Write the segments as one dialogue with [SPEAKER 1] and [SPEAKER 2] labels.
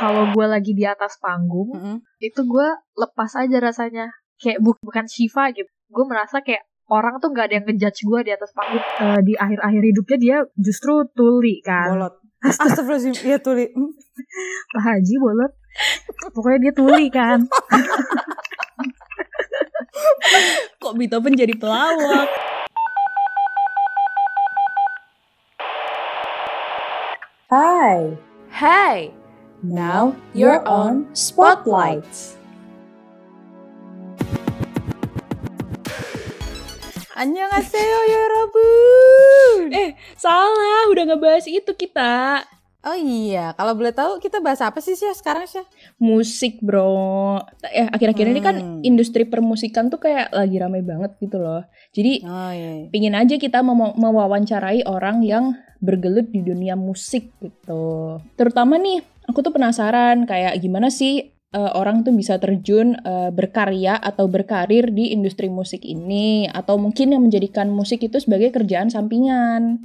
[SPEAKER 1] kalau gue lagi di atas panggung
[SPEAKER 2] Hmm.
[SPEAKER 3] Mm-mm.
[SPEAKER 1] itu gue lepas aja rasanya kayak bu- bukan Shiva gitu gue merasa kayak orang tuh nggak ada yang ngejudge gue di atas panggung Eh, di akhir-akhir hidupnya dia justru tuli kan
[SPEAKER 3] Bolot. Astagfirullahaladzim. Iya tuli. Hmm.
[SPEAKER 1] Pak Haji bolot pokoknya dia tuli kan
[SPEAKER 3] Kok Beethoven jadi pelawak?
[SPEAKER 4] Hi,
[SPEAKER 3] Hai,
[SPEAKER 4] now you're on Spotlight.
[SPEAKER 3] Annyeonghaseyo ya Yorabu.
[SPEAKER 2] Eh, salah. Udah ngebahas itu kita.
[SPEAKER 3] Oh iya, kalau boleh tahu kita bahas apa sih sih sekarang sih?
[SPEAKER 2] Musik, bro. Eh, akhir-akhir ini kan
[SPEAKER 3] Hmm.
[SPEAKER 2] industri permusikan tuh kayak lagi ramai banget gitu loh. Jadi,
[SPEAKER 3] Oh iya.
[SPEAKER 2] pingin aja kita mem- mewawancarai orang yang bergelut di dunia musik gitu. Terutama nih, aku tuh penasaran kayak gimana sih eh, orang tuh bisa terjun eh, berkarya atau berkarir di industri musik ini atau mungkin yang menjadikan musik itu sebagai kerjaan sampingan.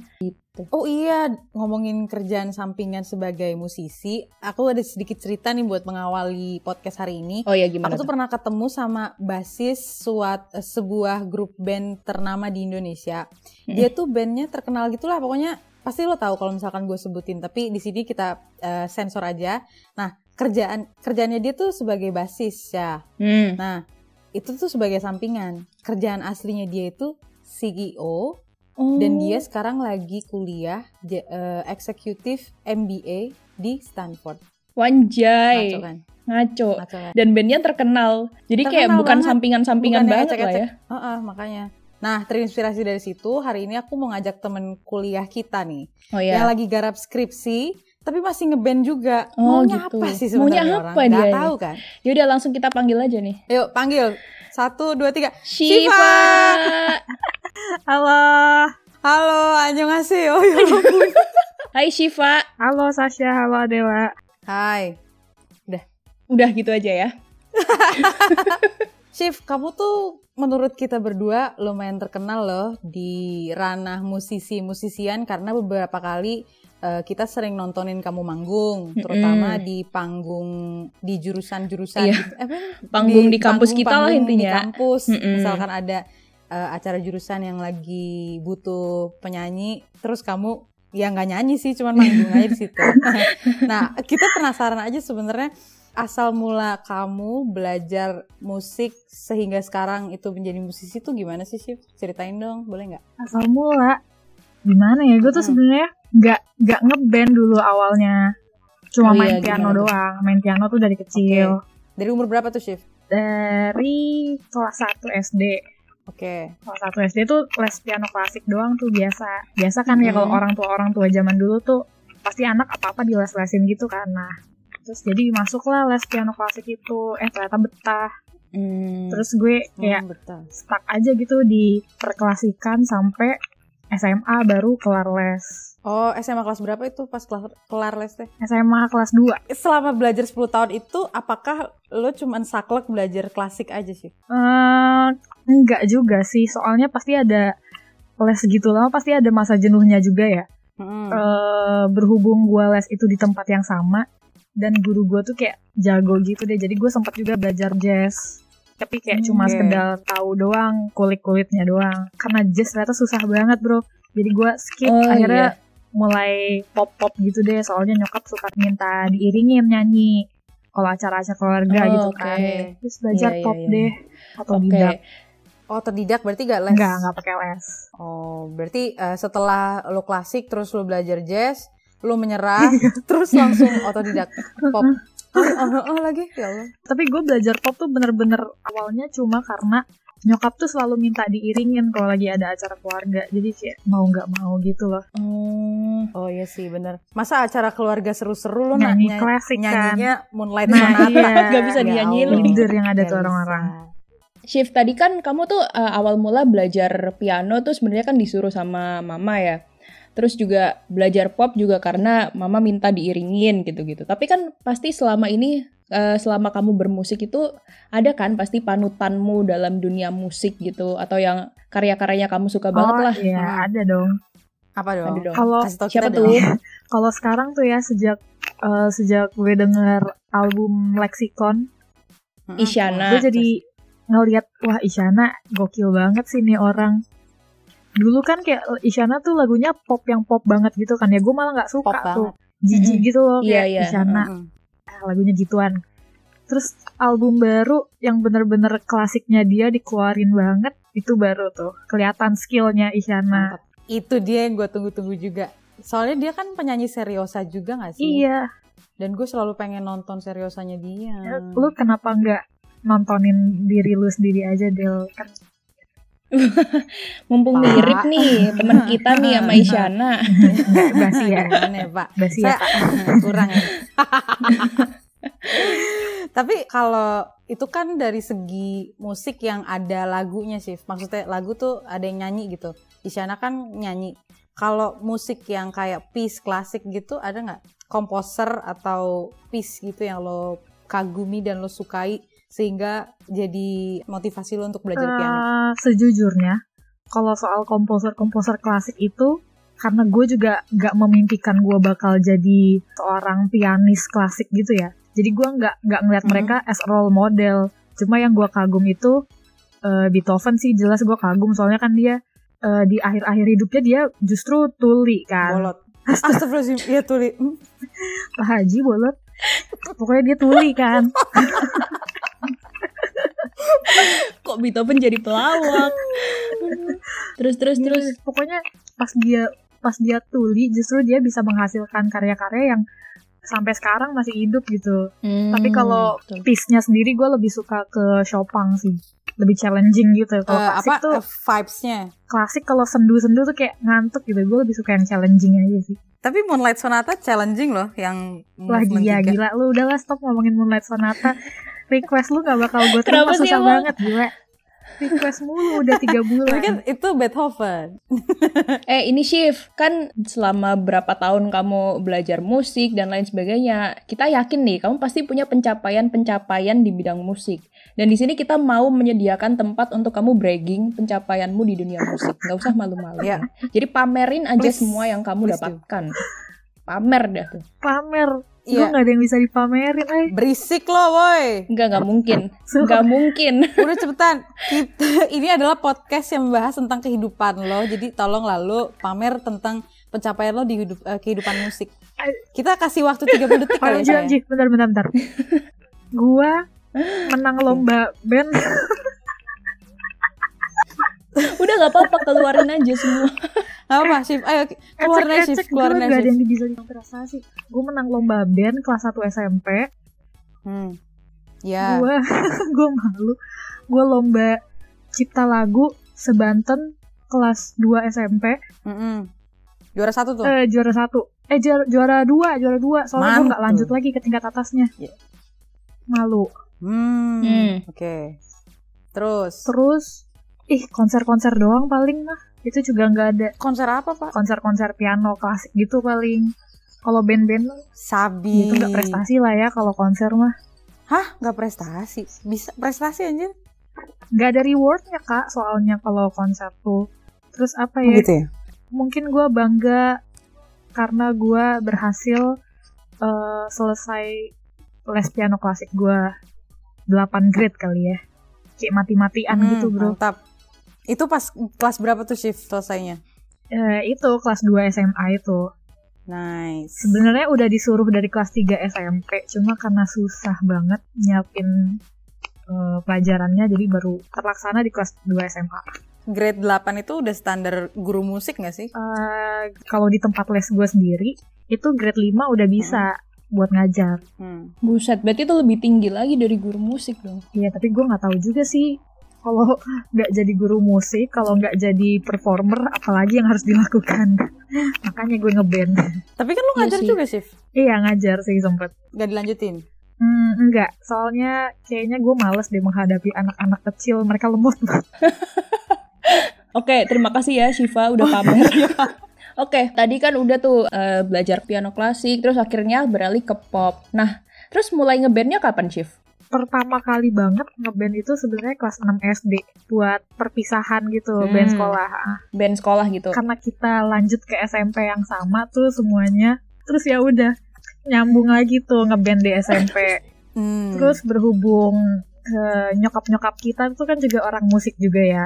[SPEAKER 3] Oh iya, ngomongin kerjaan sampingan sebagai musisi, aku ada sedikit cerita nih buat mengawali podcast hari ini.
[SPEAKER 2] Oh ya gimana?
[SPEAKER 3] Aku tuh
[SPEAKER 2] tuh?
[SPEAKER 3] pernah ketemu sama basis suat eh, sebuah grup band ternama di Indonesia.
[SPEAKER 2] Hmm.
[SPEAKER 3] Dia tuh bandnya terkenal gitulah, pokoknya pasti lo tahu kalau misalkan gue sebutin. Tapi di sini kita eh, sensor aja. Nah kerjaan kerjaannya dia tuh sebagai basis ya.
[SPEAKER 2] Hmm.
[SPEAKER 3] Nah itu tuh sebagai sampingan. Kerjaan aslinya dia itu E CEO
[SPEAKER 2] Hmm.
[SPEAKER 3] dan dia sekarang lagi kuliah j- eh, executive MBA di Stanford. Ngaco
[SPEAKER 2] Oh, Wanjai,
[SPEAKER 3] kan?
[SPEAKER 2] ngaco.
[SPEAKER 3] Ngaco kan?
[SPEAKER 2] Dan bandnya terkenal. Jadi kayak
[SPEAKER 3] Terkenal
[SPEAKER 2] bukan
[SPEAKER 3] banget. Bukan
[SPEAKER 2] sampingan-sampingan
[SPEAKER 3] yang
[SPEAKER 2] banget lah ya.
[SPEAKER 3] ecek-ecek. Heeh, makanya. Nah, terinspirasi dari situ, hari ini aku mau ngajak temen kuliah kita nih,
[SPEAKER 2] Oh ya.
[SPEAKER 3] yang lagi garap skripsi, tapi masih ngeband juga.
[SPEAKER 2] Oh,
[SPEAKER 3] Maunya
[SPEAKER 2] gitu.
[SPEAKER 3] apa sih sebenarnya
[SPEAKER 2] Maunya
[SPEAKER 3] orang?
[SPEAKER 2] apa
[SPEAKER 3] Nggak
[SPEAKER 2] dia
[SPEAKER 3] tahu kan?
[SPEAKER 2] Ya udah langsung kita panggil aja nih.
[SPEAKER 3] Yuk, panggil. Satu, dua, tiga. Shiva!
[SPEAKER 2] Shiva.
[SPEAKER 1] halo
[SPEAKER 3] Halo, annyeonghaseyo.
[SPEAKER 2] Hai Shiva.
[SPEAKER 1] halo Sasha halo Dewa
[SPEAKER 3] Hai.
[SPEAKER 2] Udah gitu aja ya.
[SPEAKER 3] Shiv, kamu tuh menurut kita berdua lumayan terkenal loh di ranah musisi-musisian karena beberapa kali eh, kita sering nontonin kamu manggung, terutama di panggung di jurusan-jurusan
[SPEAKER 2] Iya.
[SPEAKER 3] gitu. Eh, apa ya?
[SPEAKER 2] Panggung di kampus kita lah
[SPEAKER 3] panggung
[SPEAKER 2] intinya.
[SPEAKER 3] Di kampus,
[SPEAKER 2] Mm-mm.
[SPEAKER 3] misalkan ada eh, acara jurusan yang lagi butuh penyanyi, terus kamu ya nggak nyanyi sih, cuman manggung aja di situ. nah, kita penasaran aja sebenarnya asal mula kamu belajar musik sehingga sekarang itu menjadi musisi tuh gimana sih sih? Ceritain dong, boleh nggak?
[SPEAKER 1] asal mula gimana ya gue tuh
[SPEAKER 2] Hmm.
[SPEAKER 3] Mm.
[SPEAKER 1] sebenarnya nggak nggak ngeband dulu awalnya cuma
[SPEAKER 2] Oh iya,
[SPEAKER 1] main piano
[SPEAKER 2] gimana tuh?
[SPEAKER 1] doang main piano tuh dari kecil
[SPEAKER 3] Dari umur berapa tuh, Shiv?
[SPEAKER 1] dari kelas 1 SD.
[SPEAKER 3] Oke.
[SPEAKER 1] Kelas 1 SD tuh les piano klasik doang tuh biasa. Biasa kan ya
[SPEAKER 3] Mhm.
[SPEAKER 1] kalau orang tua orang tua zaman dulu tuh pasti anak apa-apa diles-lesin gitu kan. Nah, terus jadi masuklah les piano klasik itu. Eh ternyata betah. Terus gue kayak
[SPEAKER 3] Hmm, betul.
[SPEAKER 1] stuck aja gitu di perklasikan sampai SMA baru kelar les.
[SPEAKER 3] Oh, SMA kelas berapa itu pas kelar, kelar les teh?
[SPEAKER 1] SMA kelas 2.
[SPEAKER 3] Selama belajar 10 tahun itu apakah lo cuman saklek belajar klasik aja sih?
[SPEAKER 1] eh enggak juga sih, soalnya pasti ada les gitu lama pasti ada masa jenuhnya juga ya.
[SPEAKER 3] Hmm.
[SPEAKER 1] eh berhubung gue les itu di tempat yang sama dan guru gue tuh kayak jago gitu deh jadi gue sempat juga belajar jazz tapi kayak cuma
[SPEAKER 3] Oke.
[SPEAKER 1] sekedar tahu doang kulit kulitnya doang karena jazz ternyata susah banget bro jadi gue skip
[SPEAKER 2] Oh,
[SPEAKER 1] akhirnya mulai pop pop gitu deh soalnya nyokap suka minta diiringin nyanyi kalau acara-acara keluarga
[SPEAKER 2] Oh,
[SPEAKER 1] gitu
[SPEAKER 2] oke.
[SPEAKER 1] kan terus belajar
[SPEAKER 2] Iya, iya,
[SPEAKER 1] pop
[SPEAKER 2] iya.
[SPEAKER 1] deh atau
[SPEAKER 2] Oke.
[SPEAKER 1] tidak
[SPEAKER 3] Oh, terdidak berarti gak les?
[SPEAKER 1] enggak enggak pakai les
[SPEAKER 3] Oh, berarti eh, setelah lo klasik terus lo belajar jazz, lo menyerah,
[SPEAKER 1] Iya.
[SPEAKER 3] terus langsung otodidak pop. Oh, oh, oh, lagi ya Allah.
[SPEAKER 1] tapi gue belajar pop tuh bener-bener awalnya cuma karena nyokap tuh selalu minta diiringin kalau lagi ada acara keluarga jadi kayak mau nggak mau gitu loh
[SPEAKER 2] Oh.
[SPEAKER 3] Oh iya sih bener. Masa acara keluarga seru-seru lo
[SPEAKER 1] nyanyi
[SPEAKER 3] nanya-
[SPEAKER 1] klasik kan
[SPEAKER 3] nyanyinya Moonlight
[SPEAKER 1] Nah,
[SPEAKER 3] Sonata.
[SPEAKER 1] iya.
[SPEAKER 2] Gak bisa
[SPEAKER 3] Ya
[SPEAKER 2] dinyanyiin
[SPEAKER 3] Allah.
[SPEAKER 2] lagi.
[SPEAKER 1] Minder yang ada
[SPEAKER 3] Gak
[SPEAKER 1] tuh
[SPEAKER 3] bisa.
[SPEAKER 1] orang-orang.
[SPEAKER 2] Shiv tadi kan kamu tuh uh, awal mula belajar piano tuh sebenarnya kan disuruh sama mama ya. Terus juga belajar pop juga karena mama minta diiringin gitu-gitu. Tapi kan pasti selama ini uh, selama kamu bermusik itu ada kan pasti panutanmu dalam dunia musik gitu atau yang karya-karyanya kamu suka banget lah.
[SPEAKER 1] iya
[SPEAKER 3] Hmm.
[SPEAKER 1] ada dong
[SPEAKER 3] Apa dong?
[SPEAKER 2] Ada dong.
[SPEAKER 1] kalau
[SPEAKER 3] Kasih tau
[SPEAKER 2] Siapa
[SPEAKER 3] kita
[SPEAKER 2] tuh?
[SPEAKER 3] dong.
[SPEAKER 1] kalau sekarang tuh ya sejak eh, sejak gue denger album Lexicon,
[SPEAKER 3] Mm-mm.
[SPEAKER 2] Isyana.
[SPEAKER 1] gue jadi ngeliat wah Isyana gokil banget sih nih orang. Dulu kan kayak Isyana tuh lagunya pop yang pop banget gitu kan ya, gue malah nggak
[SPEAKER 3] pop
[SPEAKER 1] suka tuh,
[SPEAKER 3] banget.
[SPEAKER 1] jijik
[SPEAKER 2] Mm-mm.
[SPEAKER 1] gitu loh
[SPEAKER 2] Iya,
[SPEAKER 1] kayak
[SPEAKER 2] iya.
[SPEAKER 1] Isyana
[SPEAKER 3] Mm-mm.
[SPEAKER 1] ah, lagunya gituan. Terus album baru yang bener-bener klasiknya dia dikeluarin banget itu baru tuh kelihatan skillnya Isyana.
[SPEAKER 3] Mantap. Nah, Itu dia yang gue tunggu-tunggu juga. Soalnya dia kan penyanyi seriosa juga gak sih?
[SPEAKER 1] Iya,
[SPEAKER 3] Dan gue selalu pengen nonton seriosanya dia.
[SPEAKER 1] lu kenapa nggak nontonin diri lu sendiri aja Del kan
[SPEAKER 3] Pak.
[SPEAKER 2] Mumpung mirip nih teman kita nih sama Isyana.
[SPEAKER 1] basi ya
[SPEAKER 3] Gimana ya, Pak?
[SPEAKER 1] basi ya
[SPEAKER 3] Saya- kurang. ya. Tapi kalau itu kan dari segi musik yang ada lagunya sih. Maksudnya lagu tuh ada yang nyanyi gitu. Isyana kan nyanyi. Kalau musik yang kayak piece klasik gitu ada nggak? Komposer atau piece gitu yang lo kagumi dan lo sukai sehingga jadi motivasi lo untuk belajar piano.
[SPEAKER 1] Eh, sejujurnya kalau soal komposer-komposer klasik itu karena gue juga nggak memimpikan gue bakal jadi seorang pianis klasik gitu ya jadi gue nggak nggak ngeliat
[SPEAKER 3] Mhm.
[SPEAKER 1] mereka as role model cuma yang gue kagum itu eh, Beethoven sih jelas gue kagum soalnya kan dia eh, di akhir-akhir hidupnya dia justru tuli kan
[SPEAKER 3] Bolot. Astagfirullahaladzim, iya tuli. Hmm,
[SPEAKER 1] Pak Haji bolot pokoknya dia tuli kan
[SPEAKER 2] Kok Beethoven jadi pelawak? terus terus terus.
[SPEAKER 1] Terus pokoknya pas dia pas dia tuli justru dia bisa menghasilkan karya-karya yang sampai sekarang masih hidup gitu.
[SPEAKER 2] Hmm,
[SPEAKER 1] Tapi kalau piece-nya sendiri gue lebih suka ke Chopin sih. Lebih challenging gitu. Kalau
[SPEAKER 3] eh,
[SPEAKER 1] klasik
[SPEAKER 3] apa
[SPEAKER 1] tuh
[SPEAKER 3] eh, vibes-nya?
[SPEAKER 1] klasik kalau sendu-sendu tuh kayak ngantuk gitu. Gue lebih suka yang challenging aja sih.
[SPEAKER 3] Tapi Moonlight Sonata challenging loh yang
[SPEAKER 1] Wah
[SPEAKER 3] movement
[SPEAKER 1] ya, gila,
[SPEAKER 3] tiga.
[SPEAKER 1] gila. Lu udahlah stop ngomongin Moonlight Sonata. Request lu gak bakal gue terima
[SPEAKER 2] Kenapa sih
[SPEAKER 1] susah
[SPEAKER 2] emang?
[SPEAKER 1] banget gila. Request mulu udah tiga
[SPEAKER 3] Tapi
[SPEAKER 1] bulan.
[SPEAKER 3] kan itu Beethoven.
[SPEAKER 2] Eh ini Shift, kan selama berapa tahun kamu belajar musik dan lain sebagainya, kita yakin nih kamu pasti punya pencapaian-pencapaian di bidang musik. Dan di sini kita mau menyediakan tempat untuk kamu bragging pencapaianmu di dunia musik. Nggak usah malu-malu.
[SPEAKER 3] Ya.
[SPEAKER 2] Jadi pamerin aja
[SPEAKER 3] Please.
[SPEAKER 2] semua yang kamu
[SPEAKER 3] Please do.
[SPEAKER 2] dapatkan. Pamer dah tuh.
[SPEAKER 1] Pamer. Gue
[SPEAKER 3] Iya.
[SPEAKER 1] gak ada yang bisa dipamerin. Eh.
[SPEAKER 3] Berisik loh, woi.
[SPEAKER 2] Enggak, nggak mungkin.
[SPEAKER 1] So-
[SPEAKER 2] Nggak mungkin.
[SPEAKER 3] Udah cepetan. Kita ini adalah podcast yang membahas tentang kehidupan lo. Jadi tolong lalu pamer tentang pencapaian lo di hidup- eh, kehidupan musik. Kita kasih waktu 30 detik
[SPEAKER 1] Oh,
[SPEAKER 3] kali
[SPEAKER 1] Anji,
[SPEAKER 3] ya.
[SPEAKER 1] Anji, bentar, bentar, bentar. gua menang lomba band
[SPEAKER 2] Udah nggak apa-apa, keluarin aja semua.
[SPEAKER 3] Apa, Shift? Ayo keluar
[SPEAKER 1] ecek
[SPEAKER 3] Shift,
[SPEAKER 1] ecek
[SPEAKER 3] keluar
[SPEAKER 1] gue gak ada
[SPEAKER 3] Shift.
[SPEAKER 1] yang bisa diprestasi gue menang lomba band kelas 1 SMP
[SPEAKER 3] Hmm. Ya.
[SPEAKER 1] gua gua malu gua lomba cipta lagu sebanten kelas 2 SMP
[SPEAKER 3] Mm-mm. Juara satu tuh.
[SPEAKER 1] eh, juara satu eh juara, juara dua juara dua soalnya gue
[SPEAKER 3] Mantul.
[SPEAKER 1] nggak lanjut lagi ke tingkat atasnya
[SPEAKER 3] Iya.
[SPEAKER 1] malu
[SPEAKER 3] Hmm.
[SPEAKER 2] Hmm.
[SPEAKER 3] Oke. Terus
[SPEAKER 1] terus ih konser-konser doang paling mah itu juga nggak ada
[SPEAKER 3] konser apa, Pak?
[SPEAKER 1] konser-konser piano klasik gitu paling kalau band-band ya
[SPEAKER 3] Sabi.
[SPEAKER 1] itu nggak
[SPEAKER 3] Hmm.
[SPEAKER 1] prestasi lah ya kalau konser mah
[SPEAKER 3] Hah? Nggak prestasi? Bisa prestasi anjir?
[SPEAKER 1] nggak ada rewardnya kak soalnya kalau konser tuh terus apa ya
[SPEAKER 3] gitu ya?
[SPEAKER 1] mungkin gua bangga karena gua berhasil eh, selesai les piano klasik gua 8 grade kali ya kayak mati-matian
[SPEAKER 3] Hmm,
[SPEAKER 1] gitu bro
[SPEAKER 3] Mantap. Itu pas kelas berapa tuh shift selesainya?
[SPEAKER 1] Eh, itu kelas 2 SMA itu
[SPEAKER 3] Nice.
[SPEAKER 1] sebenarnya udah disuruh dari kelas 3 SMP cuma karena susah banget nyiapin eh, pelajarannya jadi baru terlaksana di kelas 2 SMA
[SPEAKER 3] Grade 8 itu udah standar guru musik nggak sih?
[SPEAKER 1] Eh, kalau di tempat les gue sendiri itu grade 5 udah bisa buat ngajar
[SPEAKER 3] Hmm.
[SPEAKER 2] Buset, berarti itu lebih tinggi lagi dari guru musik dong.
[SPEAKER 1] Iya tapi gue nggak tahu juga sih kalau nggak jadi guru musik kalau nggak jadi performer apalagi yang harus dilakukan makanya gue ngeband
[SPEAKER 3] Tapi kan lu
[SPEAKER 2] Iya
[SPEAKER 3] ngajar
[SPEAKER 2] sih.
[SPEAKER 3] juga shift.
[SPEAKER 1] iya ngajar sih sempet
[SPEAKER 3] Gak dilanjutin.
[SPEAKER 1] Hmm, enggak, soalnya kayaknya gue males deh menghadapi anak-anak kecil, mereka lemot banget.
[SPEAKER 2] Oke, terima kasih ya Shiva
[SPEAKER 1] Oh,
[SPEAKER 2] udah pamer.
[SPEAKER 1] iya.
[SPEAKER 2] Oke, tadi kan udah tuh eh, belajar piano klasik, terus akhirnya beralih ke pop. Nah, terus mulai ngebandnya kapan, Shiv?
[SPEAKER 1] pertama kali banget ngeband itu sebenarnya kelas 6 SD buat perpisahan gitu
[SPEAKER 2] Hmm.
[SPEAKER 1] band sekolah Ah,
[SPEAKER 2] Band sekolah gitu.
[SPEAKER 1] karena kita lanjut ke SMP yang sama tuh semuanya terus ya udah nyambung lagi tuh ngeband di SMP.
[SPEAKER 3] Hmm.
[SPEAKER 1] Terus berhubung ke nyokap-nyokap kita itu kan juga orang musik juga ya.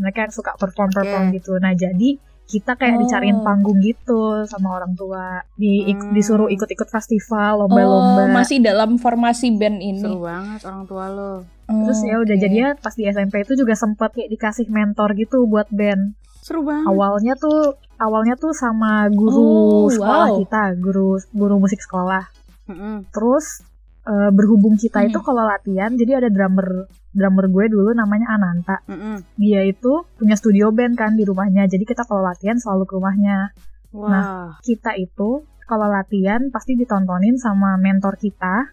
[SPEAKER 1] Mereka yang suka perform-perform
[SPEAKER 3] Oke.
[SPEAKER 1] gitu. Nah, jadi kita kayak
[SPEAKER 2] Iya. Oh.
[SPEAKER 1] dicariin panggung gitu sama orang tua. Di, ik-
[SPEAKER 3] Hmm.
[SPEAKER 1] Disuruh ikut-ikut festival,
[SPEAKER 2] Oh,
[SPEAKER 1] lomba-lomba.
[SPEAKER 2] masih dalam formasi band ini.
[SPEAKER 3] seru
[SPEAKER 2] Oh,
[SPEAKER 3] banget orang tua lo.
[SPEAKER 1] Terus ya udah
[SPEAKER 2] jadi
[SPEAKER 1] jadinya pas di SMP itu juga sempet kayak dikasih mentor gitu buat band.
[SPEAKER 3] Seru banget.
[SPEAKER 1] Awalnya tuh awalnya tuh sama guru
[SPEAKER 2] Hmm. Oh,
[SPEAKER 1] sekolah
[SPEAKER 2] wow.
[SPEAKER 1] kita, guru guru musik sekolah.
[SPEAKER 3] Mm-mm.
[SPEAKER 1] Terus eh, berhubung kita
[SPEAKER 2] Hmm.
[SPEAKER 1] itu kalau latihan jadi ada drummer drummer gue dulu namanya Ananta.
[SPEAKER 3] Mm-mm.
[SPEAKER 1] Dia itu punya studio band kan di rumahnya. Jadi kita kalau latihan selalu ke rumahnya.
[SPEAKER 3] Wah.
[SPEAKER 1] Kita
[SPEAKER 2] Hmm.
[SPEAKER 1] itu kalau latihan pasti ditontonin sama mentor kita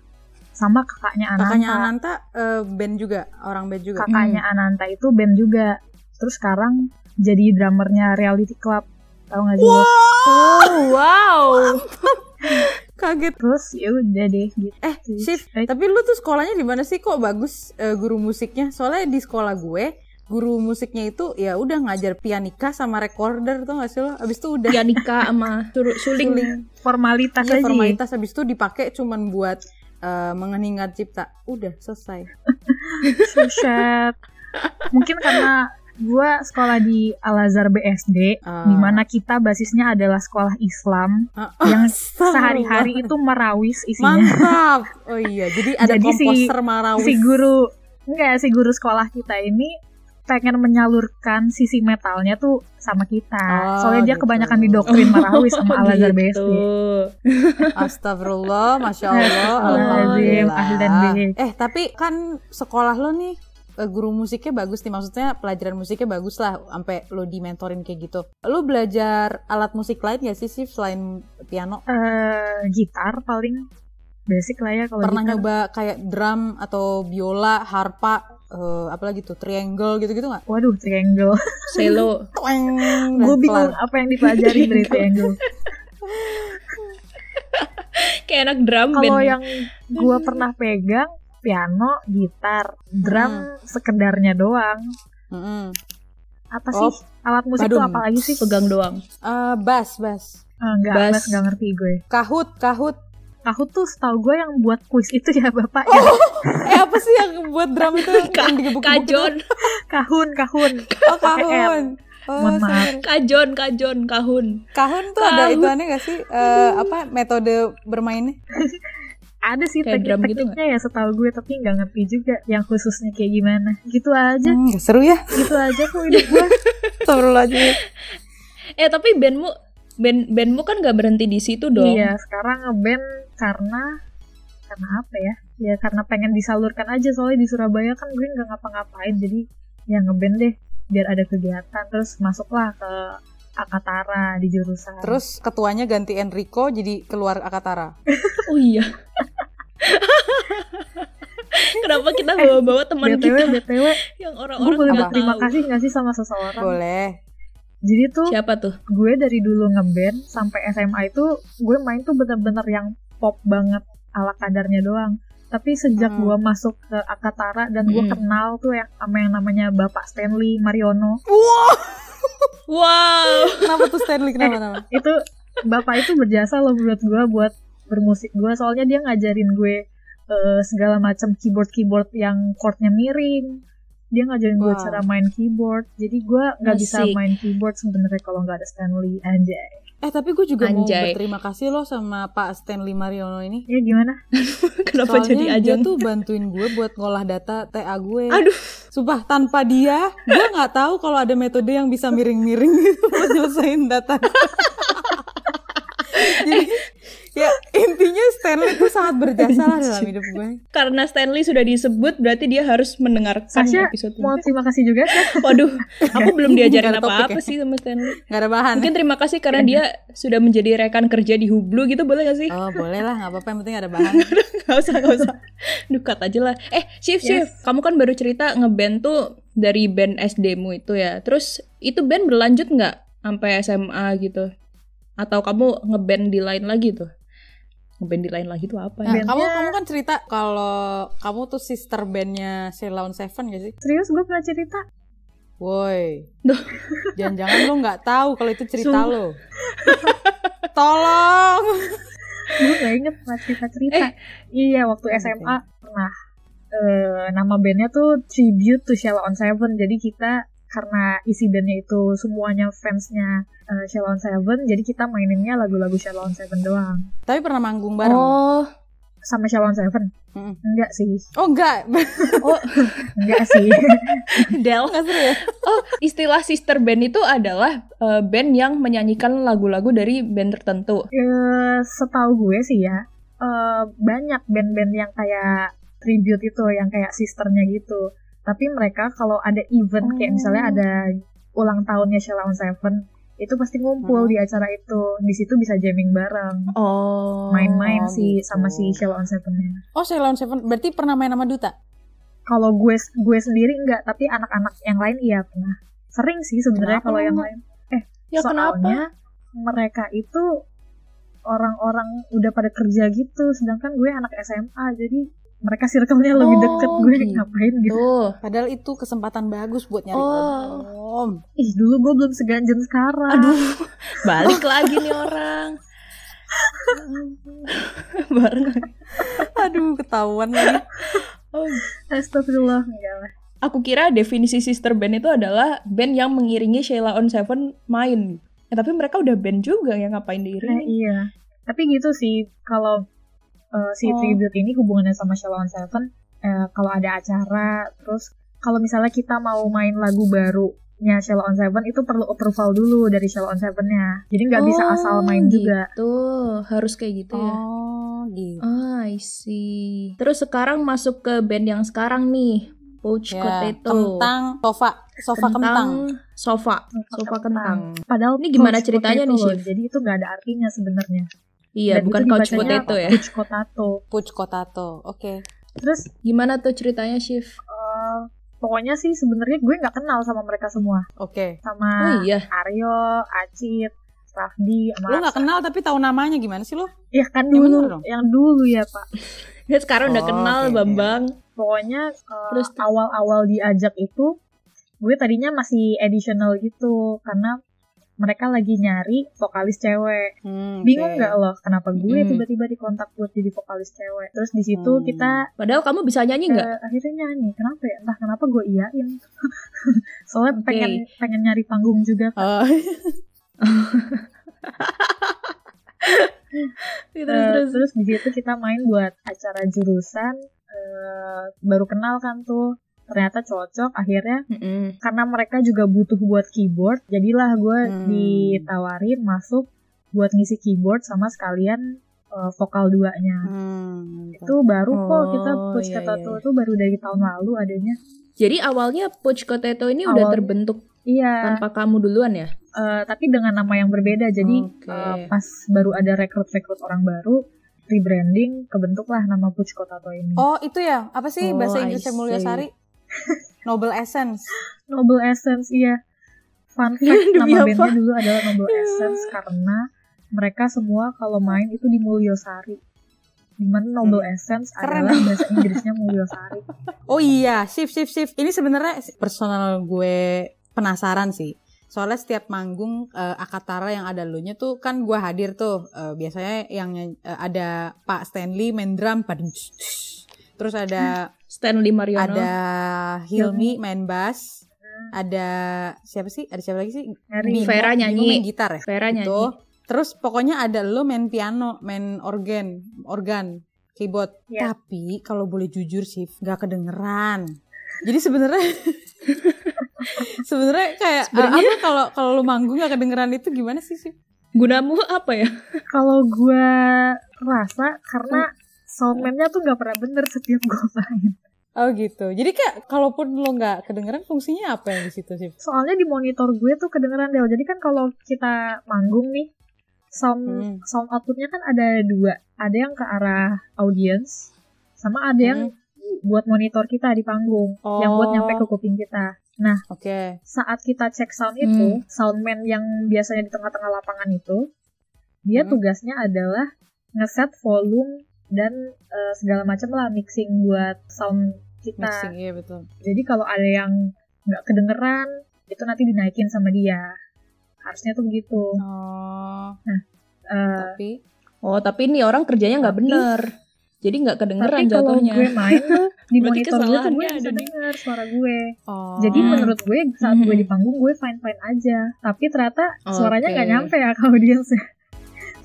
[SPEAKER 1] sama kakaknya Ananta.
[SPEAKER 3] Kakaknya Ananta eh, band juga, orang band juga.
[SPEAKER 1] kakaknya Ananta itu band juga terus sekarang jadi drummernya reality club tahu nggak sih lo?
[SPEAKER 2] Oh, wow.
[SPEAKER 3] Kaget.
[SPEAKER 1] terus ya udah deh gitu
[SPEAKER 3] Eh, Sif,
[SPEAKER 1] Eh.
[SPEAKER 3] tapi lu tuh sekolahnya di mana sih kok bagus eh, guru musiknya? Soalnya di sekolah gue guru musiknya itu ya udah ngajar pianika sama recorder tuh nggak sih lo? Abis itu udah
[SPEAKER 2] ya nikah sama sur- suling.
[SPEAKER 1] formalitas
[SPEAKER 3] Iya,
[SPEAKER 1] aja
[SPEAKER 3] formalitas habis itu dipakai cuman buat eh, mengeningkan cipta. Udah selesai.
[SPEAKER 1] Buset. mungkin karena gue sekolah di Al Azhar BSD
[SPEAKER 3] Eh,
[SPEAKER 1] di mana kita basisnya adalah sekolah Islam
[SPEAKER 3] eh,
[SPEAKER 1] yang
[SPEAKER 3] astagfirullah.
[SPEAKER 1] sehari-hari itu merawis isinya
[SPEAKER 3] mantap. Oh iya, jadi ada
[SPEAKER 1] Jadi si-
[SPEAKER 3] komposer Marawis.
[SPEAKER 1] si guru enggak si guru sekolah kita ini pengen menyalurkan sisi metalnya tuh sama kita
[SPEAKER 3] Oh,
[SPEAKER 1] soalnya dia
[SPEAKER 3] gitu.
[SPEAKER 1] kebanyakan didoktrin marawis sama
[SPEAKER 2] Oh,
[SPEAKER 1] Al Azhar
[SPEAKER 2] gitu.
[SPEAKER 1] BSD
[SPEAKER 3] Astagfirullah, masya Allah,
[SPEAKER 1] Astagfirullahaladzim, ahlan
[SPEAKER 3] alhamdulillah.
[SPEAKER 1] bih.
[SPEAKER 3] Eh tapi kan sekolah lo nih eh, guru musiknya bagus nih, maksudnya pelajaran musiknya bagus lah, sampai lo dimentorin kayak gitu. Lo belajar alat musik lain gak sih sih selain piano?
[SPEAKER 1] eh gitar paling basic lah ya kalau
[SPEAKER 3] Pernah
[SPEAKER 1] gitar.
[SPEAKER 3] nyoba kayak drum atau biola, harpa, eh, apalagi tuh triangle gitu-gitu nggak?
[SPEAKER 1] Waduh, triangle.
[SPEAKER 2] Selo.
[SPEAKER 3] Toeng, dan
[SPEAKER 1] Gue bingung
[SPEAKER 3] kelar.
[SPEAKER 1] apa yang dipelajari dari triangle.
[SPEAKER 2] Kayak anak drum band.
[SPEAKER 1] Kalau yang gue pernah pegang piano, gitar, drum sekedarnya doang.
[SPEAKER 3] Mm-mm.
[SPEAKER 1] Apa
[SPEAKER 3] Oh,
[SPEAKER 1] sih alat musik itu
[SPEAKER 3] badung.
[SPEAKER 1] apa lagi sih?
[SPEAKER 2] pegang doang.
[SPEAKER 3] Eh, bass, bass.
[SPEAKER 1] Eh, Enggak,
[SPEAKER 2] Bass.
[SPEAKER 1] Mas, enggak ngerti gue.
[SPEAKER 3] Kahut, kahut.
[SPEAKER 1] Aku tuh setahu gue yang buat kuis itu ya bapak ya.
[SPEAKER 3] Eh apa sih yang buat drum itu? yang digebuk-gebuk itu?
[SPEAKER 1] gitu?
[SPEAKER 2] Kajon,
[SPEAKER 1] Kahun, kahun.
[SPEAKER 3] Oh, kahun. Oh,
[SPEAKER 1] Mohon maaf.
[SPEAKER 3] sorry.
[SPEAKER 2] kajon, kajon, kahun.
[SPEAKER 3] Kahun tuh ada
[SPEAKER 2] Kahun.
[SPEAKER 3] ituannya gak sih? Eh, apa metode bermainnya?
[SPEAKER 1] Ada sih
[SPEAKER 2] Kayak drum gitu
[SPEAKER 1] teknik-tekniknya ya setahu gue tapi nggak ngerti juga yang khususnya kayak gimana. Gitu aja,
[SPEAKER 3] Hmm, nggak seru
[SPEAKER 2] Oh.
[SPEAKER 3] ya?
[SPEAKER 1] gitu aja kok hidup gue.
[SPEAKER 3] Seru aja.
[SPEAKER 2] Eh tapi bandmu band bandmu kan gak berhenti di situ dong.
[SPEAKER 1] Iya, sekarang ngeband karena karena apa ya? Ya karena pengen disalurkan aja soalnya di Surabaya kan gue nggak ngapa-ngapain jadi ya ngeband deh biar ada kegiatan terus masuklah ke Akatara di jurusan.
[SPEAKER 3] Terus ketuanya ganti Enrico jadi keluar Akatara.
[SPEAKER 2] Oh iya. Kenapa kita bawa-bawa teman
[SPEAKER 1] Eh, BTW,
[SPEAKER 2] kita
[SPEAKER 1] BTW,
[SPEAKER 2] yang
[SPEAKER 1] gue
[SPEAKER 2] orang-orang
[SPEAKER 1] boleh
[SPEAKER 2] nggak
[SPEAKER 1] berterima
[SPEAKER 2] tahu?
[SPEAKER 1] kasih nggak sih sama
[SPEAKER 3] Kan?
[SPEAKER 1] seseorang?
[SPEAKER 3] Boleh.
[SPEAKER 1] Jadi tuh
[SPEAKER 2] Siapa tuh?
[SPEAKER 1] gue dari dulu ngeband sampai SMA itu gue main tuh bener-bener yang pop banget ala kadarnya doang tapi sejak
[SPEAKER 3] Hmm.
[SPEAKER 1] gue masuk ke Akatara dan gue
[SPEAKER 2] Hmm.
[SPEAKER 1] kenal tuh yang sama yang namanya Bapak Stanley Mariono
[SPEAKER 3] Wow,
[SPEAKER 2] Wow.
[SPEAKER 3] kenapa tuh Stanley? Kenapa? kenapa?
[SPEAKER 1] itu Bapak itu berjasa loh buat gue buat bermusik gue soalnya dia ngajarin gue eh, segala macam keyboard keyboard yang chordnya miring dia ngajarin gue
[SPEAKER 3] Wow.
[SPEAKER 1] cara main keyboard jadi gue nggak bisa
[SPEAKER 2] Asik.
[SPEAKER 1] main keyboard sebenarnya kalau nggak ada Stanley anjay
[SPEAKER 3] Eh tapi gue juga mau
[SPEAKER 2] Anjay.
[SPEAKER 3] berterima kasih loh sama Pak Stanley Mariono ini.
[SPEAKER 1] ya gimana
[SPEAKER 2] Kenapa jadi
[SPEAKER 3] Soalnya dia
[SPEAKER 2] ajon?
[SPEAKER 3] tuh bantuin gue buat ngolah data TA gue.
[SPEAKER 2] Aduh.
[SPEAKER 3] Sumpah tanpa dia, gue nggak tahu kalau ada metode yang bisa miring-miring gitu buat nyelesain data. Jadi ya intinya Stanley tuh sangat berjasa lah dalam hidup gue.
[SPEAKER 2] Karena Stanley sudah disebut berarti dia harus mendengarkan
[SPEAKER 1] Sasha,
[SPEAKER 2] Kan episode
[SPEAKER 1] mau
[SPEAKER 2] ini.
[SPEAKER 1] terima kasih juga Seth?
[SPEAKER 2] Waduh, aku belum diajarin
[SPEAKER 3] Nggak ada topik
[SPEAKER 2] apa-apa
[SPEAKER 3] ya.
[SPEAKER 2] sih sama Stanley.
[SPEAKER 3] Gak ada bahan.
[SPEAKER 2] Mungkin terima kasih karena dia sudah menjadi rekan kerja di Hublu gitu boleh gak sih?
[SPEAKER 3] Oh boleh lah, nggak apa-apa yang penting ada bahan.
[SPEAKER 2] Gak usah, gak usah. Dukat aja lah. Eh, Shift, Shift. Kamu kan baru cerita ngeband tuh dari band SD-mu itu ya. Terus itu band berlanjut nggak sampai SMA gitu? Atau kamu ngeband di lain lagi tuh? Ngeband di lain lagi tuh apa ya?
[SPEAKER 3] Nah, kamu
[SPEAKER 1] Bandnya-
[SPEAKER 3] kamu kan cerita kalau kamu tuh sister bandnya Sheila on Seven gak sih?
[SPEAKER 1] serius gue pernah cerita
[SPEAKER 3] Woi,
[SPEAKER 2] Duh.
[SPEAKER 3] jangan-jangan lo nggak tahu kalau itu cerita
[SPEAKER 2] Sumpah.
[SPEAKER 3] lo. Tolong.
[SPEAKER 1] Gue gak inget pernah cerita-cerita. Iya, waktu SMA pernah. Eh, nama bandnya tuh Tribute to Sheila on Seven. Jadi kita karena isi bandnya itu semuanya fansnya eh, Sheila on Seven, jadi kita maininnya lagu-lagu Sheila on Seven doang.
[SPEAKER 3] Tapi pernah manggung bareng.
[SPEAKER 2] Oh,
[SPEAKER 1] Sama Sheila on Seven?
[SPEAKER 3] Mm-mm.
[SPEAKER 1] Enggak sih,
[SPEAKER 3] Oh enggak.
[SPEAKER 1] enggak sih.
[SPEAKER 3] Del enggak seru ya?
[SPEAKER 2] oh istilah sister band itu adalah eh, band yang menyanyikan lagu-lagu dari band tertentu.
[SPEAKER 1] Eh, setahu gue sih ya, eh, banyak band-band yang kayak tribute itu, yang kayak sisternya gitu. Tapi mereka kalau ada event kayak
[SPEAKER 2] Oh.
[SPEAKER 1] misalnya ada ulang tahunnya Sheila on Seven, itu pasti ngumpul di acara itu. Di situ bisa jamming bareng,
[SPEAKER 2] Oh,
[SPEAKER 1] main-main sih
[SPEAKER 3] gitu.
[SPEAKER 1] sama si Sheila on Seven-nya.
[SPEAKER 3] Oh Sheila on Seven berarti pernah main sama Duta?
[SPEAKER 1] Kalau gue gue sendiri enggak, tapi anak-anak yang lain iya pernah. Sering sih sebenarnya
[SPEAKER 3] Kenapa
[SPEAKER 1] kalau
[SPEAKER 3] lo
[SPEAKER 1] yang
[SPEAKER 3] nggak-
[SPEAKER 1] lain.
[SPEAKER 2] Ya kenapa?
[SPEAKER 1] Soalnya gitu. mereka itu orang-orang udah pada kerja gitu, sedangkan gue anak SMA, jadi mereka circle-nya lebih
[SPEAKER 2] Oh,
[SPEAKER 1] deket gue
[SPEAKER 2] gitu.
[SPEAKER 1] ngapain gitu.
[SPEAKER 2] Tuh.
[SPEAKER 3] Padahal itu kesempatan bagus buat nyari
[SPEAKER 2] Oh.
[SPEAKER 3] om.
[SPEAKER 1] Ih, dulu gue belum seganjen sekarang.
[SPEAKER 2] Aduh, balik lagi nih orang. Bareng lagi.
[SPEAKER 3] Aduh ketahuan lagi.
[SPEAKER 2] Oh,
[SPEAKER 1] Astagfirullah, enggak lah.
[SPEAKER 2] Aku kira definisi sister band itu adalah band yang mengiringi Sheila on Seven main. Eh, tapi mereka udah band juga ya ngapain
[SPEAKER 1] Nah,
[SPEAKER 2] diiringi?
[SPEAKER 1] iya. Tapi gitu sih, kalau uh, si
[SPEAKER 2] Oh.
[SPEAKER 1] tribute ini hubungannya sama Shalom Seven, eh, kalau ada acara, terus kalau misalnya kita mau main lagu barunya Shalom Seven itu perlu approval dulu dari Shalom Seven-nya. Jadi nggak bisa asal main juga.
[SPEAKER 2] Tuh, Oh, gitu. harus kayak gitu ya.
[SPEAKER 3] Oh gitu.
[SPEAKER 2] Ah, I see. Terus sekarang masuk ke band yang sekarang nih, Poached
[SPEAKER 3] Ya,
[SPEAKER 2] Potato.
[SPEAKER 3] kentang sofa sofa kentang.
[SPEAKER 2] Sofa, sofa kentang.
[SPEAKER 1] Padahal
[SPEAKER 2] Ini gimana
[SPEAKER 1] couch
[SPEAKER 2] ceritanya
[SPEAKER 1] potato
[SPEAKER 2] nih,
[SPEAKER 1] loh,
[SPEAKER 2] Chef?
[SPEAKER 1] Jadi itu nggak ada artinya sebenarnya.
[SPEAKER 2] Iya,
[SPEAKER 1] Dan
[SPEAKER 2] bukan
[SPEAKER 1] itu
[SPEAKER 2] couch
[SPEAKER 1] dibacanya
[SPEAKER 2] potato ya.
[SPEAKER 1] couch potato.
[SPEAKER 3] Puch kotato. Oke.
[SPEAKER 1] Terus
[SPEAKER 2] Gimana tuh ceritanya, Shift?
[SPEAKER 1] eh, pokoknya sih sebenarnya gue nggak kenal sama mereka semua,
[SPEAKER 3] Oke.
[SPEAKER 1] sama
[SPEAKER 2] oh iya.
[SPEAKER 1] Aryo, Acit, Rafdi, sama
[SPEAKER 3] Lu nggak kenal tapi tahu namanya gimana sih lu?
[SPEAKER 1] Ya kan
[SPEAKER 3] Yang
[SPEAKER 1] dulu,
[SPEAKER 3] bener dong.
[SPEAKER 1] yang dulu ya Pak.
[SPEAKER 2] Ya, sekarang udah
[SPEAKER 3] Oh,
[SPEAKER 2] kenal
[SPEAKER 3] oke, oke.
[SPEAKER 2] Bambang.
[SPEAKER 1] Pokoknya eh,
[SPEAKER 2] Terus tuh?
[SPEAKER 1] awal-awal diajak itu, gue tadinya masih additional gitu karena mereka lagi nyari vokalis cewek.
[SPEAKER 3] Hmm,
[SPEAKER 1] bingung
[SPEAKER 3] oke.
[SPEAKER 1] nggak loh kenapa gue
[SPEAKER 2] Mm.
[SPEAKER 1] tiba-tiba dikontak buat jadi vokalis cewek terus di situ
[SPEAKER 3] Hmm.
[SPEAKER 1] kita
[SPEAKER 2] Padahal kamu bisa nyanyi nggak?
[SPEAKER 1] eh, akhirnya nyanyi kenapa ya entah kenapa gue iyain soalnya
[SPEAKER 2] Oke.
[SPEAKER 1] pengen pengen nyari panggung juga kan.
[SPEAKER 3] Oh,
[SPEAKER 1] Eh, terus,
[SPEAKER 2] terus, terus.
[SPEAKER 1] di situ kita main buat acara jurusan eh, baru kenal kan tuh ternyata cocok akhirnya
[SPEAKER 2] Mm-mm.
[SPEAKER 1] karena mereka juga butuh buat keyboard jadilah gue
[SPEAKER 3] Hmm.
[SPEAKER 1] ditawarin masuk buat ngisi keyboard sama sekalian eh, vokal duanya
[SPEAKER 3] hmm,
[SPEAKER 1] itu baru kok kita
[SPEAKER 2] Oh,
[SPEAKER 1] push
[SPEAKER 2] iya,
[SPEAKER 1] kata
[SPEAKER 2] iya,
[SPEAKER 1] tuh
[SPEAKER 2] iya.
[SPEAKER 1] itu baru dari tahun lalu adanya
[SPEAKER 2] Jadi awalnya Poached Potato ini udah
[SPEAKER 1] Awalnya.
[SPEAKER 2] terbentuk
[SPEAKER 1] iya
[SPEAKER 2] tanpa kamu duluan ya?
[SPEAKER 1] eh, tapi dengan nama yang berbeda jadi
[SPEAKER 2] Oh.
[SPEAKER 3] Oke.
[SPEAKER 1] eh, pas baru ada rekrut rekrut orang baru rebranding kebentuklah nama Puch Kotato ini
[SPEAKER 3] Oh itu ya apa sih
[SPEAKER 2] Oh,
[SPEAKER 3] bahasa
[SPEAKER 2] I
[SPEAKER 3] Inggrisnya Mulia
[SPEAKER 2] see.
[SPEAKER 3] Sari? Noble Essence.
[SPEAKER 1] Noble Essence iya fun fact
[SPEAKER 2] Demi
[SPEAKER 1] nama
[SPEAKER 2] apa?
[SPEAKER 1] bandnya dulu adalah Noble
[SPEAKER 3] Ya.
[SPEAKER 1] Essence karena mereka semua kalau main itu di Mulyosari dimana Noble Essence
[SPEAKER 3] Hmm. Keren.
[SPEAKER 1] adalah bahasa Inggrisnya Mulyosari
[SPEAKER 3] Oh iya, shift shift shift. Ini sebenarnya personal gue penasaran sih. Soalnya setiap manggung eh, Akatara yang ada lunya tuh kan gue hadir tuh. Eh, biasanya yang eh, ada Pak Stanley main drum, padung, tss, tss. terus ada
[SPEAKER 2] Stanley Mariono.
[SPEAKER 3] ada Hilmi main bass, ada siapa sih? Ada siapa lagi sih?
[SPEAKER 1] Ngeri.
[SPEAKER 3] Bimo.
[SPEAKER 2] Vera
[SPEAKER 3] Bimo
[SPEAKER 2] nyanyi.
[SPEAKER 3] main gitar ya.
[SPEAKER 2] Vera nyanyi.
[SPEAKER 3] Gitu. Terus pokoknya ada lo main piano, main organ, organ, keyboard.
[SPEAKER 1] Iya.
[SPEAKER 3] Tapi kalau boleh jujur sih nggak kedengeran. Jadi sebenarnya sebenarnya kayak eh,
[SPEAKER 2] Sebenarnya-
[SPEAKER 3] apa kalau kalau lu manggung nggak kedengeran itu gimana sih sih?
[SPEAKER 2] Gunamu apa ya?
[SPEAKER 1] kalau gue rasa
[SPEAKER 3] Hmm.
[SPEAKER 1] karena soundman-nya tuh nggak pernah bener setiap gue main
[SPEAKER 3] Oh gitu. Jadi kayak kalaupun lo nggak kedengeran fungsinya apa yang di situ sih?
[SPEAKER 1] soalnya di monitor gue tuh kedengeran Del. Jadi kan kalau kita manggung nih, sound
[SPEAKER 3] Hmm.
[SPEAKER 1] sound outputnya kan ada dua. Ada yang ke arah audience, sama ada yang buat monitor kita di panggung,
[SPEAKER 3] Hmm. Oh. Hmm.
[SPEAKER 1] yang buat nyampe ke kuping kita.
[SPEAKER 3] Oke.
[SPEAKER 1] Saat kita cek sound itu, soundman yang biasanya di tengah-tengah lapangan itu, dia
[SPEAKER 3] Hmm.
[SPEAKER 1] tugasnya adalah ngeset volume dan eh, segala macam lah mixing buat sound kita.
[SPEAKER 3] Mixing iya betul.
[SPEAKER 1] Jadi kalau ada yang nggak kedengeran, itu nanti dinaikin sama dia. Harusnya tuh begitu.
[SPEAKER 3] Oh,
[SPEAKER 1] gitu. Eh,
[SPEAKER 3] tapi
[SPEAKER 2] Oh, tapi ini orang kerjanya nggak bener. Jadi nggak kedengeran
[SPEAKER 1] Tapi kalau
[SPEAKER 2] jatuhnya.
[SPEAKER 1] gue main tuh di
[SPEAKER 2] Berarti
[SPEAKER 1] monitor gue tuh gue
[SPEAKER 2] kesalahannya
[SPEAKER 1] bisa
[SPEAKER 2] ada di-
[SPEAKER 1] denger suara gue.
[SPEAKER 3] Oh.
[SPEAKER 1] Jadi
[SPEAKER 2] Hmm.
[SPEAKER 1] menurut gue saat gue
[SPEAKER 2] Mhm.
[SPEAKER 1] di panggung gue fine fine aja. Tapi ternyata suaranya
[SPEAKER 2] Oke.
[SPEAKER 1] nggak nyampe ya ke audiensnya.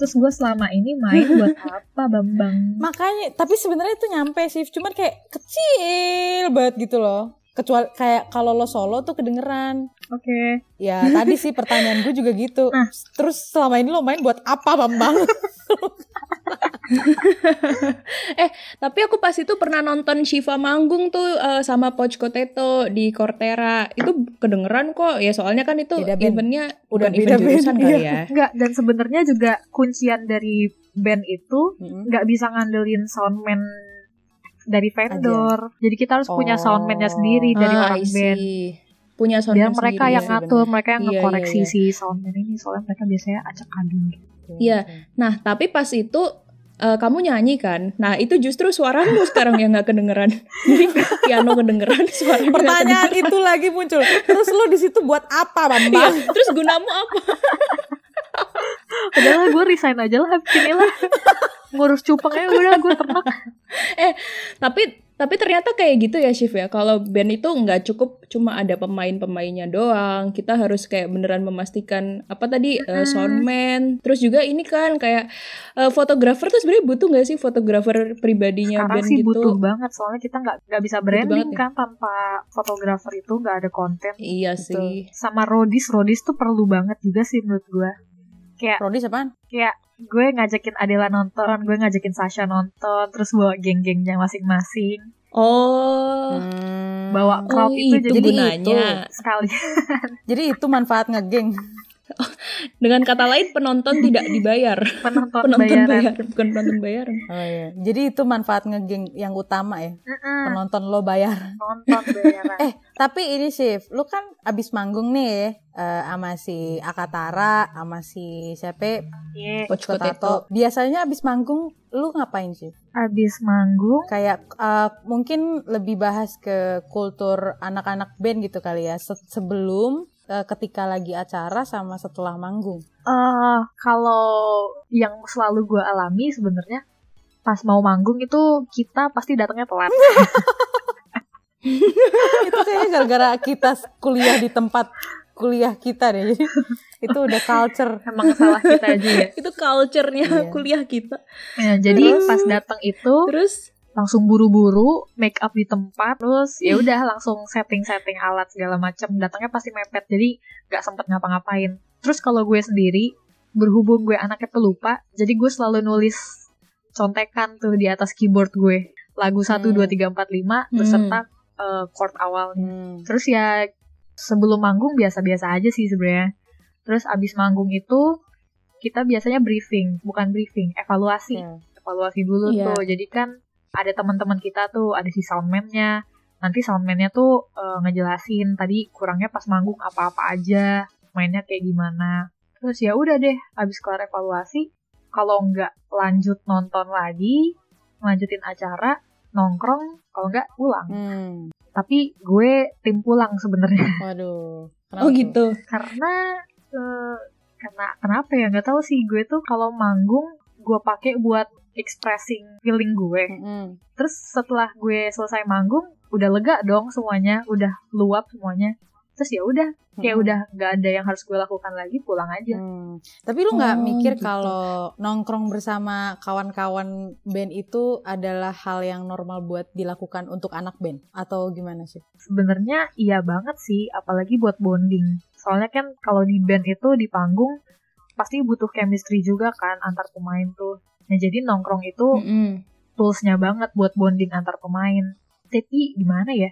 [SPEAKER 1] Terus gue selama ini main buat apa Bambang?
[SPEAKER 3] makanya tapi sebenarnya itu nyampe sih, cuman kayak kecil banget gitu loh. Kecuali kayak kalau lo solo tuh kedengeran.
[SPEAKER 1] Oke.
[SPEAKER 3] Ya tadi sih pertanyaan gue juga gitu.
[SPEAKER 1] Nah.
[SPEAKER 3] Terus selama ini lo main buat apa Bambang?
[SPEAKER 2] Tapi aku pas itu pernah nonton Shiva manggung tuh eh, sama Poch Koteto di Cortera. Itu kedengeran kok. Ya soalnya kan itu
[SPEAKER 3] Beda band.
[SPEAKER 2] eventnya
[SPEAKER 3] Udah
[SPEAKER 2] udah
[SPEAKER 3] beda
[SPEAKER 2] event
[SPEAKER 3] band,
[SPEAKER 2] jurusan kali
[SPEAKER 3] iya.
[SPEAKER 2] ya.
[SPEAKER 1] Enggak dan sebenarnya juga kuncian dari band itu
[SPEAKER 3] Mm-mm.
[SPEAKER 1] nggak bisa ngandelin soundman dari vendor. Jadi kita harus punya
[SPEAKER 3] Oh.
[SPEAKER 1] soundman-nya sendiri dari
[SPEAKER 2] Ah,
[SPEAKER 1] orang
[SPEAKER 2] I see.
[SPEAKER 1] band.
[SPEAKER 2] Punya sound
[SPEAKER 1] Biar mereka yang ngatur, mereka yang
[SPEAKER 2] Iya, iya,
[SPEAKER 1] ngekoreksi
[SPEAKER 2] iya.
[SPEAKER 1] si soundman ini soalnya mereka biasanya acak adul.
[SPEAKER 2] Iya.
[SPEAKER 1] Hmm.
[SPEAKER 2] Nah, tapi pas itu eh, kamu nyanyi kan? Nah, itu justru suaramu sekarang yang nggak kedengeran. Jadi piano kedengeran, suara nggak
[SPEAKER 3] Pertanyaan itu lagi muncul. Terus lo di situ buat apa
[SPEAKER 2] kedengeran.
[SPEAKER 3] Bambang?
[SPEAKER 2] Iya, Terus gunamu apa?
[SPEAKER 1] Udahlah gue resign aja lah habis ini lah. Ngurus cupeng aja udah gue tenang.
[SPEAKER 2] Tapi tapi ternyata kayak gitu ya Shiv ya. Kalau band itu nggak cukup cuma ada pemain-pemainnya doang. Kita harus kayak beneran memastikan apa tadi
[SPEAKER 1] Mm.
[SPEAKER 2] eh, soundman. Terus juga ini kan kayak eh, fotografer tuh sebenarnya butuh nggak sih fotografer pribadinya
[SPEAKER 1] Sekarang
[SPEAKER 2] band
[SPEAKER 1] sih
[SPEAKER 2] gitu?
[SPEAKER 1] butuh banget soalnya kita nggak nggak bisa branding
[SPEAKER 2] banget ya.
[SPEAKER 1] kan tanpa fotografer itu nggak ada konten.
[SPEAKER 2] Iya
[SPEAKER 3] Betul.
[SPEAKER 2] sih.
[SPEAKER 1] Sama rodis, rodis tuh perlu banget juga sih menurut gue.
[SPEAKER 3] Rodi siapaan?
[SPEAKER 1] Ya, gue ngajakin Adela nonton, gue ngajakin Sasha nonton, terus bawa geng-gengnya masing-masing,
[SPEAKER 2] Oh,
[SPEAKER 1] bawa crowd
[SPEAKER 2] oh,
[SPEAKER 1] Nah, itu, ya. jadi
[SPEAKER 3] Jadi
[SPEAKER 2] gunanya.
[SPEAKER 1] sekali.
[SPEAKER 3] Jadi itu manfaat ngegeng.
[SPEAKER 2] Dengan kata lain penonton tidak dibayar.
[SPEAKER 1] Penonton,
[SPEAKER 2] penonton
[SPEAKER 1] bayaran.
[SPEAKER 2] bayaran, bukan penonton bayaran.
[SPEAKER 3] Oh iya. Jadi itu manfaat ngegeng yang utama ya.
[SPEAKER 1] Mm-mm,
[SPEAKER 3] Penonton lo bayar.
[SPEAKER 1] penonton bayaran.
[SPEAKER 3] Eh, tapi ini Shift, lu kan abis manggung nih eh, sama si Akatara, sama si siapa?
[SPEAKER 1] Iya.
[SPEAKER 2] Coach
[SPEAKER 3] Kotato. Biasanya abis manggung lu ngapain sih?
[SPEAKER 1] Abis manggung,
[SPEAKER 3] Kayak eh, mungkin lebih bahas ke kultur anak-anak band gitu kali ya. Se- sebelum eh, ketika lagi acara sama setelah manggung.
[SPEAKER 1] eh kalau yang selalu gue alami sebenarnya pas mau manggung itu kita pasti datangnya telat.
[SPEAKER 3] itu kayaknya gara-gara kita kuliah di tempat kuliah kita deh. Jadi itu udah culture.
[SPEAKER 1] Emang salah kita aja ya.
[SPEAKER 2] Itu culture-nya
[SPEAKER 3] Iya.
[SPEAKER 2] kuliah kita.
[SPEAKER 1] Nah, jadi
[SPEAKER 2] Terus?
[SPEAKER 1] pas datang itu
[SPEAKER 2] Terus
[SPEAKER 1] langsung buru-buru make up di tempat terus ya udah langsung setting-setting alat segala macam datangnya pasti mepet jadi nggak sempet ngapa-ngapain terus kalau gue sendiri berhubung gue anaknya pelupa jadi gue selalu nulis contekan tuh di atas keyboard gue lagu 1, 2, 3, 4, 5 beserta eh, chord awalnya
[SPEAKER 3] Hmm.
[SPEAKER 1] Terus ya sebelum manggung biasa-biasa aja sih sebenarnya. Terus abis manggung itu kita biasanya briefing, bukan briefing, evaluasi.
[SPEAKER 3] Hmm.
[SPEAKER 1] Evaluasi dulu
[SPEAKER 2] Iya.
[SPEAKER 1] tuh. Jadi kan ada teman-teman kita tuh, ada si soundman-nya. Nanti soundman-nya tuh eh, ngejelasin tadi kurangnya pas manggung apa-apa aja, mainnya kayak gimana. Terus ya udah deh, abis kelar evaluasi, kalau nggak lanjut nonton lagi, lanjutin acara, nongkrong, kalau nggak pulang
[SPEAKER 3] Hmm.
[SPEAKER 1] tapi gue tim pulang sebenarnya
[SPEAKER 3] Waduh.
[SPEAKER 2] oh gitu.
[SPEAKER 1] karena eh, karena kenapa ya nggak tahu sih gue tuh kalau manggung gue pakai buat expressing feeling gue
[SPEAKER 3] Hmm.
[SPEAKER 1] terus setelah gue selesai manggung udah lega dong semuanya udah luap semuanya terus ya udah kayak udah nggak ada yang harus gue lakukan lagi pulang aja
[SPEAKER 3] Hmm. Tapi lu nggak
[SPEAKER 2] Iya. Oh,
[SPEAKER 3] mikir
[SPEAKER 2] gitu.
[SPEAKER 3] kalau nongkrong bersama kawan-kawan band itu adalah hal yang normal buat dilakukan untuk anak band atau gimana sih?
[SPEAKER 1] sebenarnya iya banget sih apalagi buat bonding soalnya kan kalau di band itu di panggung pasti butuh chemistry juga kan antar pemain tuh nah jadi nongkrong itu
[SPEAKER 2] Mm-mm.
[SPEAKER 1] toolsnya banget buat bonding antar pemain. Tapi gimana ya?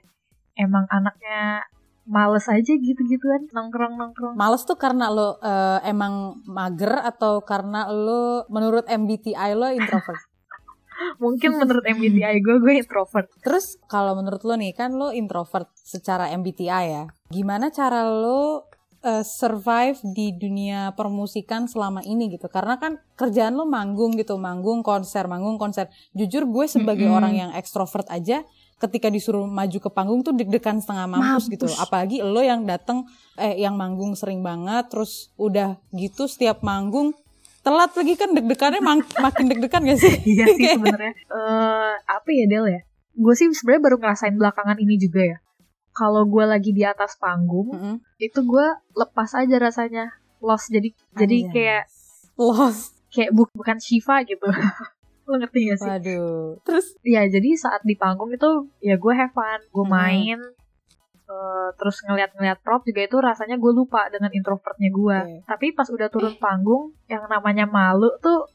[SPEAKER 1] Emang anaknya males aja gitu-gituan nongkrong-nongkrong.
[SPEAKER 3] Males tuh karena lo eh, emang mager atau karena lo menurut MBTI lo introvert?
[SPEAKER 1] Mungkin menurut MBTI gue, gue introvert.
[SPEAKER 3] Terus kalau menurut lo nih kan lo introvert secara MBTI ya. Gimana cara lo eh, survive di dunia permusikan selama ini gitu? Karena kan kerjaan lo manggung gitu, manggung konser, manggung konser. Jujur gue sebagai
[SPEAKER 2] Mm-mm.
[SPEAKER 3] orang yang ekstrovert aja ketika disuruh maju ke panggung tuh deg-degan setengah mampus, gitu.
[SPEAKER 2] Mampus.
[SPEAKER 3] Apalagi lo yang datang eh yang manggung sering banget terus udah gitu setiap manggung telat lagi kan deg-degannya mang- makin deg-degan gak sih?
[SPEAKER 1] Iya sih sebenarnya. Eh apa ya Del ya? Gue sih sebenarnya baru ngerasain belakangan ini juga ya. Kalau gue lagi di atas panggung,
[SPEAKER 3] Mm-mm.
[SPEAKER 1] itu gue lepas aja rasanya, lost. Jadi jadi
[SPEAKER 3] Anjas.
[SPEAKER 1] kayak
[SPEAKER 3] lost.
[SPEAKER 1] kayak bu- bukan Shiva gitu. Lo ngerti gak sih?
[SPEAKER 3] Waduh. Terus
[SPEAKER 1] ya jadi saat di panggung itu ya gue have fun gue
[SPEAKER 3] Hmm.
[SPEAKER 1] main eh, terus ngeliat-ngeliat prop juga itu rasanya gue lupa dengan introvertnya gue
[SPEAKER 3] Oke.
[SPEAKER 1] tapi pas udah turun panggung yang namanya malu tuh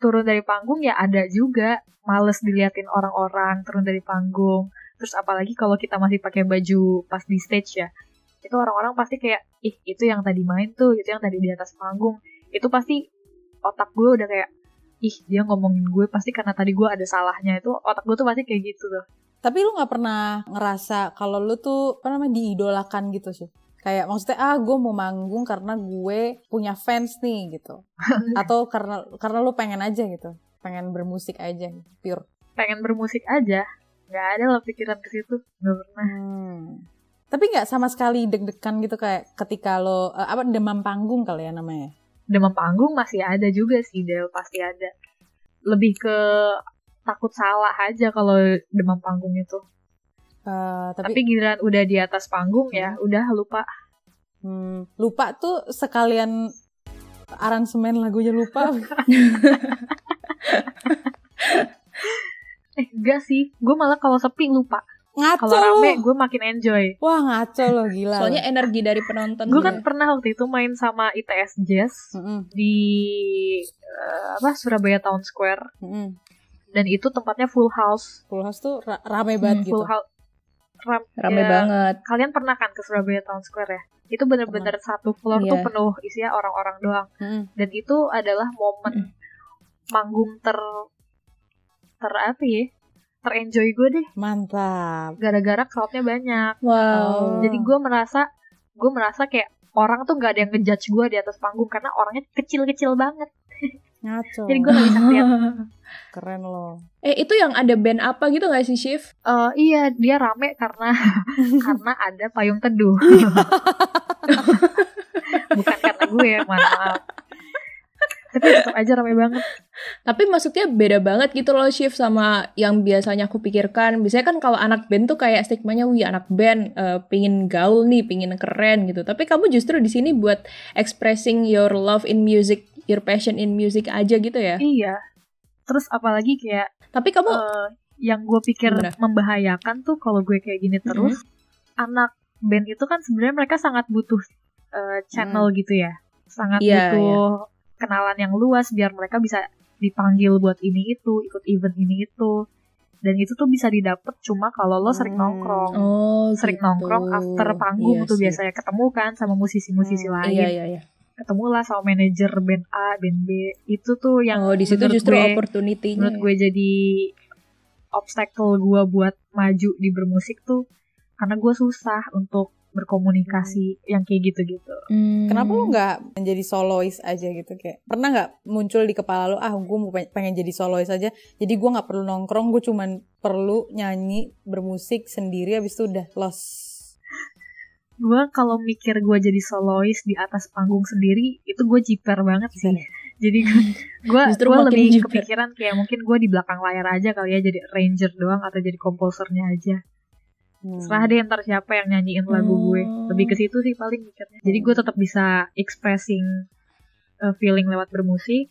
[SPEAKER 1] turun dari panggung ya ada juga males diliatin orang-orang turun dari panggung terus apalagi kalau kita masih pakai baju pas di stage ya itu orang-orang pasti kayak ih itu yang tadi main tuh itu yang tadi di atas panggung itu pasti otak gue udah kayak ih dia ngomongin gue pasti karena tadi gue ada salahnya itu otak gue tuh pasti kayak gitu tuh
[SPEAKER 3] Tapi lu nggak pernah ngerasa kalau lu tuh apa namanya diidolakan gitu sih? Kayak maksudnya ah gue mau manggung karena gue punya fans nih gitu. Atau karena karena lu pengen aja gitu, pengen bermusik aja pure.
[SPEAKER 1] pengen bermusik aja nggak ada lah pikiran ke situ nggak pernah
[SPEAKER 3] Hmm. Tapi nggak sama sekali deg-degan gitu kayak ketika lo eh, apa demam panggung kali ya namanya.
[SPEAKER 1] demam panggung masih ada juga sih Del pasti ada lebih ke takut salah aja kalau demam panggung itu
[SPEAKER 3] Eh, tapi
[SPEAKER 1] tapi, giliran udah di atas panggung ya udah lupa
[SPEAKER 3] hmm, lupa tuh sekalian aransemen lagunya lupa.
[SPEAKER 1] eh enggak sih gue malah kalau sepi lupa
[SPEAKER 3] ngaco
[SPEAKER 1] kalau
[SPEAKER 3] lo.
[SPEAKER 1] rame gue makin enjoy
[SPEAKER 3] Wah ngaco lo gila. lo.
[SPEAKER 2] Soalnya energi dari
[SPEAKER 1] gue
[SPEAKER 2] penonton.
[SPEAKER 3] Iya.
[SPEAKER 2] juga.
[SPEAKER 1] kan pernah waktu itu main sama ITS Jazz
[SPEAKER 3] Mm-mm,
[SPEAKER 1] di eh, apa Surabaya Town Square
[SPEAKER 3] mm-mm.
[SPEAKER 1] dan itu tempatnya full house
[SPEAKER 3] Full House tuh ra- rame banget gitu.
[SPEAKER 1] full house Ram-
[SPEAKER 2] rame
[SPEAKER 1] ya,
[SPEAKER 2] banget.
[SPEAKER 1] kalian pernah kan ke Surabaya Town Square ya itu bener-bener satu floor tuh
[SPEAKER 2] Iya.
[SPEAKER 1] penuh isinya orang-orang doang
[SPEAKER 3] Mm-mm.
[SPEAKER 1] dan itu adalah momen manggung ter ter apa ya terenjoy gue deh
[SPEAKER 3] Mantap.
[SPEAKER 1] gara-gara crowdnya banyak
[SPEAKER 2] Wow.
[SPEAKER 3] Oh.
[SPEAKER 1] jadi gue merasa gue merasa kayak orang tuh nggak ada yang ngejudge gue di atas panggung karena orangnya kecil-kecil banget
[SPEAKER 3] Ngaco.
[SPEAKER 1] jadi gue nggak bisa lihat
[SPEAKER 3] Keren lo.
[SPEAKER 2] eh itu yang ada band apa gitu nggak sih Shiv?
[SPEAKER 1] Eh, iya dia rame karena karena ada payung teduh bukan karena gue ya maaf tapi tetap aja rame banget
[SPEAKER 2] Tapi maksudnya beda banget gitu loh Shiv sama yang biasanya aku pikirkan. Biasanya kan kalau anak band tuh kayak stigmanya, wih anak band eh, pingin gaul nih, pingin keren gitu. Tapi kamu justru di sini buat expressing your love in music, your passion in music aja gitu ya.
[SPEAKER 1] iya terus apalagi kayak
[SPEAKER 2] Tapi kamu
[SPEAKER 1] eh, yang gue pikir
[SPEAKER 2] Gimana?
[SPEAKER 1] membahayakan tuh kalau gue kayak gini terus anak band itu kan sebenarnya mereka sangat butuh eh, channel gitu ya sangat
[SPEAKER 2] Iya,
[SPEAKER 1] butuh kenalan yang luas biar mereka bisa dipanggil buat ini itu ikut event ini itu dan itu tuh bisa didapet cuma kalau lo sering
[SPEAKER 3] Hmm.
[SPEAKER 1] nongkrong
[SPEAKER 2] oh
[SPEAKER 1] sering
[SPEAKER 2] gitu.
[SPEAKER 1] nongkrong after panggung
[SPEAKER 2] Iya
[SPEAKER 1] tuh
[SPEAKER 2] sih.
[SPEAKER 1] biasanya ketemu kan sama musisi-musisi
[SPEAKER 3] Hmm,
[SPEAKER 1] lain
[SPEAKER 2] Iya iya iya.
[SPEAKER 1] ketemu lah sama manajer band A band B itu tuh yang
[SPEAKER 2] oh di situ
[SPEAKER 1] menurut
[SPEAKER 2] justru
[SPEAKER 1] gue-
[SPEAKER 2] opportunity-nya.
[SPEAKER 1] menurut gue jadi obstacle gue buat maju di bermusik tuh karena gue susah untuk berkomunikasi yang kayak gitu-gitu.
[SPEAKER 2] Hmm.
[SPEAKER 3] Kenapa lo nggak menjadi solois aja gitu kayak? Pernah nggak muncul di kepala lo ah gue mau pe- pengen jadi solois aja. Jadi gue nggak perlu nongkrong, gue cuman perlu nyanyi, bermusik sendiri habis itu udah los.
[SPEAKER 1] Gue kalau mikir gue jadi solois di atas panggung sendiri itu gue jiper banget sih. Jadi gue
[SPEAKER 2] ya?
[SPEAKER 1] gue
[SPEAKER 2] Justru makin
[SPEAKER 1] lebih
[SPEAKER 2] jiper.
[SPEAKER 1] kepikiran kayak mungkin gue di belakang layar aja kali ya jadi ranger doang atau jadi komposernya aja.
[SPEAKER 3] Hmm.
[SPEAKER 1] Serah deh ntar siapa yang nyanyiin lagu gue.
[SPEAKER 3] Oh.
[SPEAKER 2] Hmm.
[SPEAKER 1] Lebih ke situ sih paling mikirnya. Jadi gue tetap bisa expressing uh, feeling lewat bermusik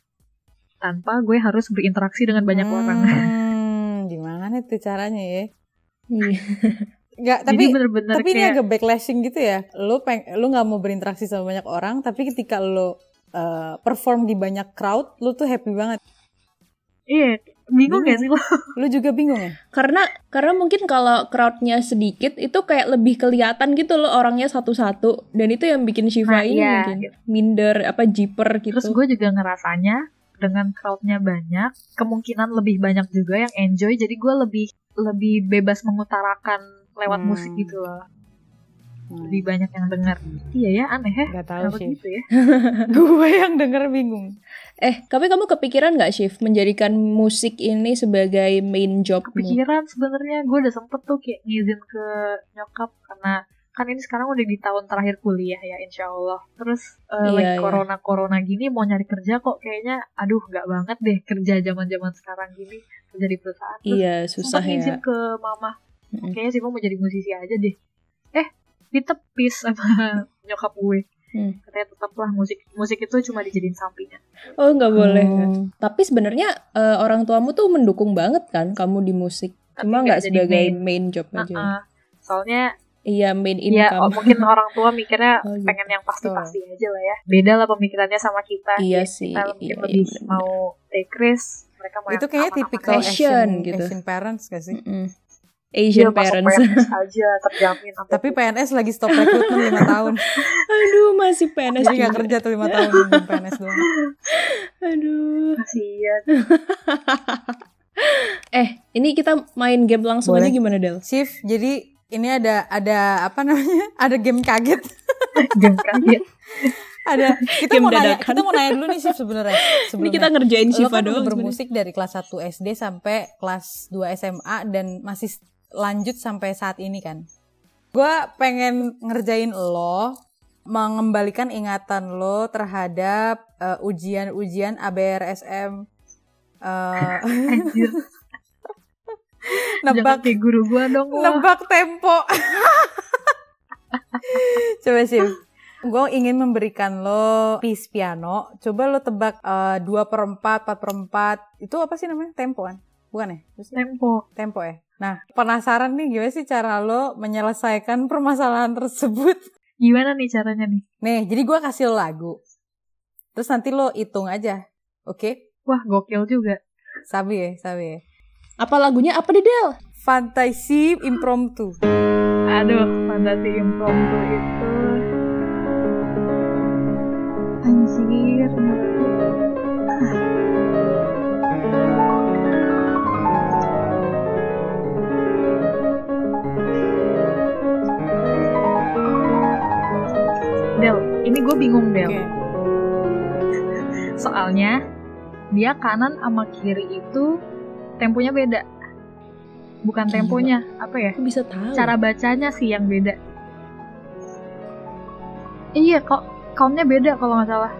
[SPEAKER 1] tanpa gue harus berinteraksi dengan banyak
[SPEAKER 3] Hmm,
[SPEAKER 1] orang.
[SPEAKER 3] Gimana tuh caranya ya?
[SPEAKER 2] Iya.
[SPEAKER 3] Nggak,
[SPEAKER 1] Jadi
[SPEAKER 3] tapi
[SPEAKER 1] bener-bener
[SPEAKER 3] tapi ini
[SPEAKER 1] kayak
[SPEAKER 3] agak backlashing gitu ya lu peng lu nggak mau berinteraksi sama banyak orang tapi ketika lu uh, perform di banyak crowd lu tuh happy banget
[SPEAKER 1] iya bingung gak sih lo?
[SPEAKER 3] lu juga bingung ya
[SPEAKER 2] Karena karena mungkin kalau crowd-nya sedikit itu kayak lebih kelihatan gitu loh orangnya satu-satu dan itu yang bikin
[SPEAKER 1] Nah,
[SPEAKER 2] Shiva ini
[SPEAKER 1] iya.
[SPEAKER 2] mungkin minder apa jiper gitu.
[SPEAKER 1] Terus gue juga ngerasanya dengan crowdnya banyak, kemungkinan lebih banyak juga yang enjoy. Jadi gue lebih lebih bebas mengutarakan lewat
[SPEAKER 3] Hmm.
[SPEAKER 1] musik gitu loh. Lebih banyak yang dengar. Iya ya aneh ya.
[SPEAKER 3] nggak
[SPEAKER 1] Kenapa
[SPEAKER 3] tahu sih
[SPEAKER 1] gitu ya?
[SPEAKER 3] gue yang denger bingung
[SPEAKER 2] eh, tapi kamu kepikiran nggak Shiv menjadikan musik ini sebagai main job
[SPEAKER 1] kepikiran sebenarnya gue udah sempet tuh kayak ngizin ke nyokap karena kan ini sekarang udah di tahun terakhir kuliah ya insya Allah terus
[SPEAKER 2] Iya,
[SPEAKER 1] eh, lagi
[SPEAKER 2] iya.
[SPEAKER 1] corona corona gini mau nyari kerja kok kayaknya aduh nggak banget deh kerja zaman zaman sekarang gini kerja di perusahaan terus
[SPEAKER 2] Iya, susah
[SPEAKER 1] sempat ngizin
[SPEAKER 2] ya. Hmm.
[SPEAKER 1] ke mama
[SPEAKER 2] Mm-mm.
[SPEAKER 1] kayaknya sih mau jadi musisi aja deh eh ditepis sama nyokap gue
[SPEAKER 2] Hmm.
[SPEAKER 1] katanya tetaplah musik musik itu cuma dijadiin sampingan
[SPEAKER 2] Oh, nggak boleh. ya.
[SPEAKER 3] Oh.
[SPEAKER 2] Tapi sebenarnya eh, orang tuamu tuh mendukung banget kan kamu di musik.
[SPEAKER 1] Tapi nggak
[SPEAKER 2] Cuma nggak
[SPEAKER 1] jadi
[SPEAKER 2] sebagai
[SPEAKER 1] main.
[SPEAKER 2] main, job aja. ya?
[SPEAKER 1] Heeh. soalnya
[SPEAKER 2] Iya, main
[SPEAKER 1] ya oh,
[SPEAKER 2] income.
[SPEAKER 1] mungkin orang tua mikirnya
[SPEAKER 2] Oh, gitu.
[SPEAKER 1] pengen yang pasti-pasti aja lah ya beda lah pemikirannya sama kita
[SPEAKER 2] iya sih.
[SPEAKER 1] kita mungkin
[SPEAKER 2] Iya,
[SPEAKER 1] lebih
[SPEAKER 2] iya, bener.
[SPEAKER 1] mau take risk mereka mau
[SPEAKER 3] itu
[SPEAKER 1] yang
[SPEAKER 3] kayaknya
[SPEAKER 1] aman-aman
[SPEAKER 3] tipikal
[SPEAKER 1] aja.
[SPEAKER 2] Asian
[SPEAKER 3] Asian,
[SPEAKER 2] gitu.
[SPEAKER 3] Asian parents gak sih?
[SPEAKER 2] Mm-mm.
[SPEAKER 1] Iya, masuk
[SPEAKER 2] Asian parents.
[SPEAKER 1] PNS aja terjamin sampai-
[SPEAKER 3] Tapi PNS lagi stop rekrutmen 5 tahun.
[SPEAKER 2] Aduh, masih PNS
[SPEAKER 3] Jadi gak
[SPEAKER 2] juga.
[SPEAKER 3] kerja tuh 5 tahun PNS doang.
[SPEAKER 2] Aduh.
[SPEAKER 1] kasihan
[SPEAKER 2] Eh, ini kita main game langsung
[SPEAKER 3] Boleh.
[SPEAKER 2] aja gimana, Del?
[SPEAKER 3] Shift. Jadi ini ada ada apa namanya? Ada game kaget.
[SPEAKER 1] game kaget
[SPEAKER 3] Ada kita
[SPEAKER 2] Game
[SPEAKER 3] mau nanya,
[SPEAKER 2] dadakan.
[SPEAKER 3] kita mau nanya dulu nih Shift sebenarnya.
[SPEAKER 2] Ini
[SPEAKER 3] Sebelumnya.
[SPEAKER 2] kita ngerjain
[SPEAKER 3] Lo
[SPEAKER 2] Shiva
[SPEAKER 3] kan udah
[SPEAKER 2] doang. sebenarnya.
[SPEAKER 3] bermusik dari kelas 1 SD sampai kelas 2 SMA dan masih s- lanjut sampai saat ini kan. Gue pengen ngerjain lo mengembalikan ingatan lo terhadap eh, ujian-ujian ABRSM eh,
[SPEAKER 1] anjir jangan
[SPEAKER 3] nebak
[SPEAKER 1] kayak guru gua dong lo.
[SPEAKER 2] gitu.
[SPEAKER 3] nebak tempo. Coba sih. Gue ingin memberikan lo piece piano. Coba lo tebak eh, 2 per 4, 4 per 4. Itu apa sih namanya? Tempo kan? Bukan ya?
[SPEAKER 1] tempo
[SPEAKER 3] Tempo ya? Nah, penasaran nih gimana sih cara lo menyelesaikan permasalahan tersebut?
[SPEAKER 1] gimana nih caranya nih
[SPEAKER 3] Nih, jadi gue kasih lo lagu. Terus nanti lo hitung aja. Oke?
[SPEAKER 1] wah gokil juga
[SPEAKER 3] Sabi ya, sabi ya.
[SPEAKER 2] Apa lagunya? Apa deh, Del?
[SPEAKER 3] Fantasi impromptu.
[SPEAKER 1] aduh fantasi impromptu itu anjir Del, ini gue bingung Del.
[SPEAKER 3] Oke.
[SPEAKER 1] Soalnya dia kanan sama kiri itu temponya beda. Bukan
[SPEAKER 2] Gila.
[SPEAKER 1] temponya, apa ya?
[SPEAKER 2] Aku bisa tahu.
[SPEAKER 1] Cara bacanya sih yang beda. Iya kok countnya beda kalau nggak salah.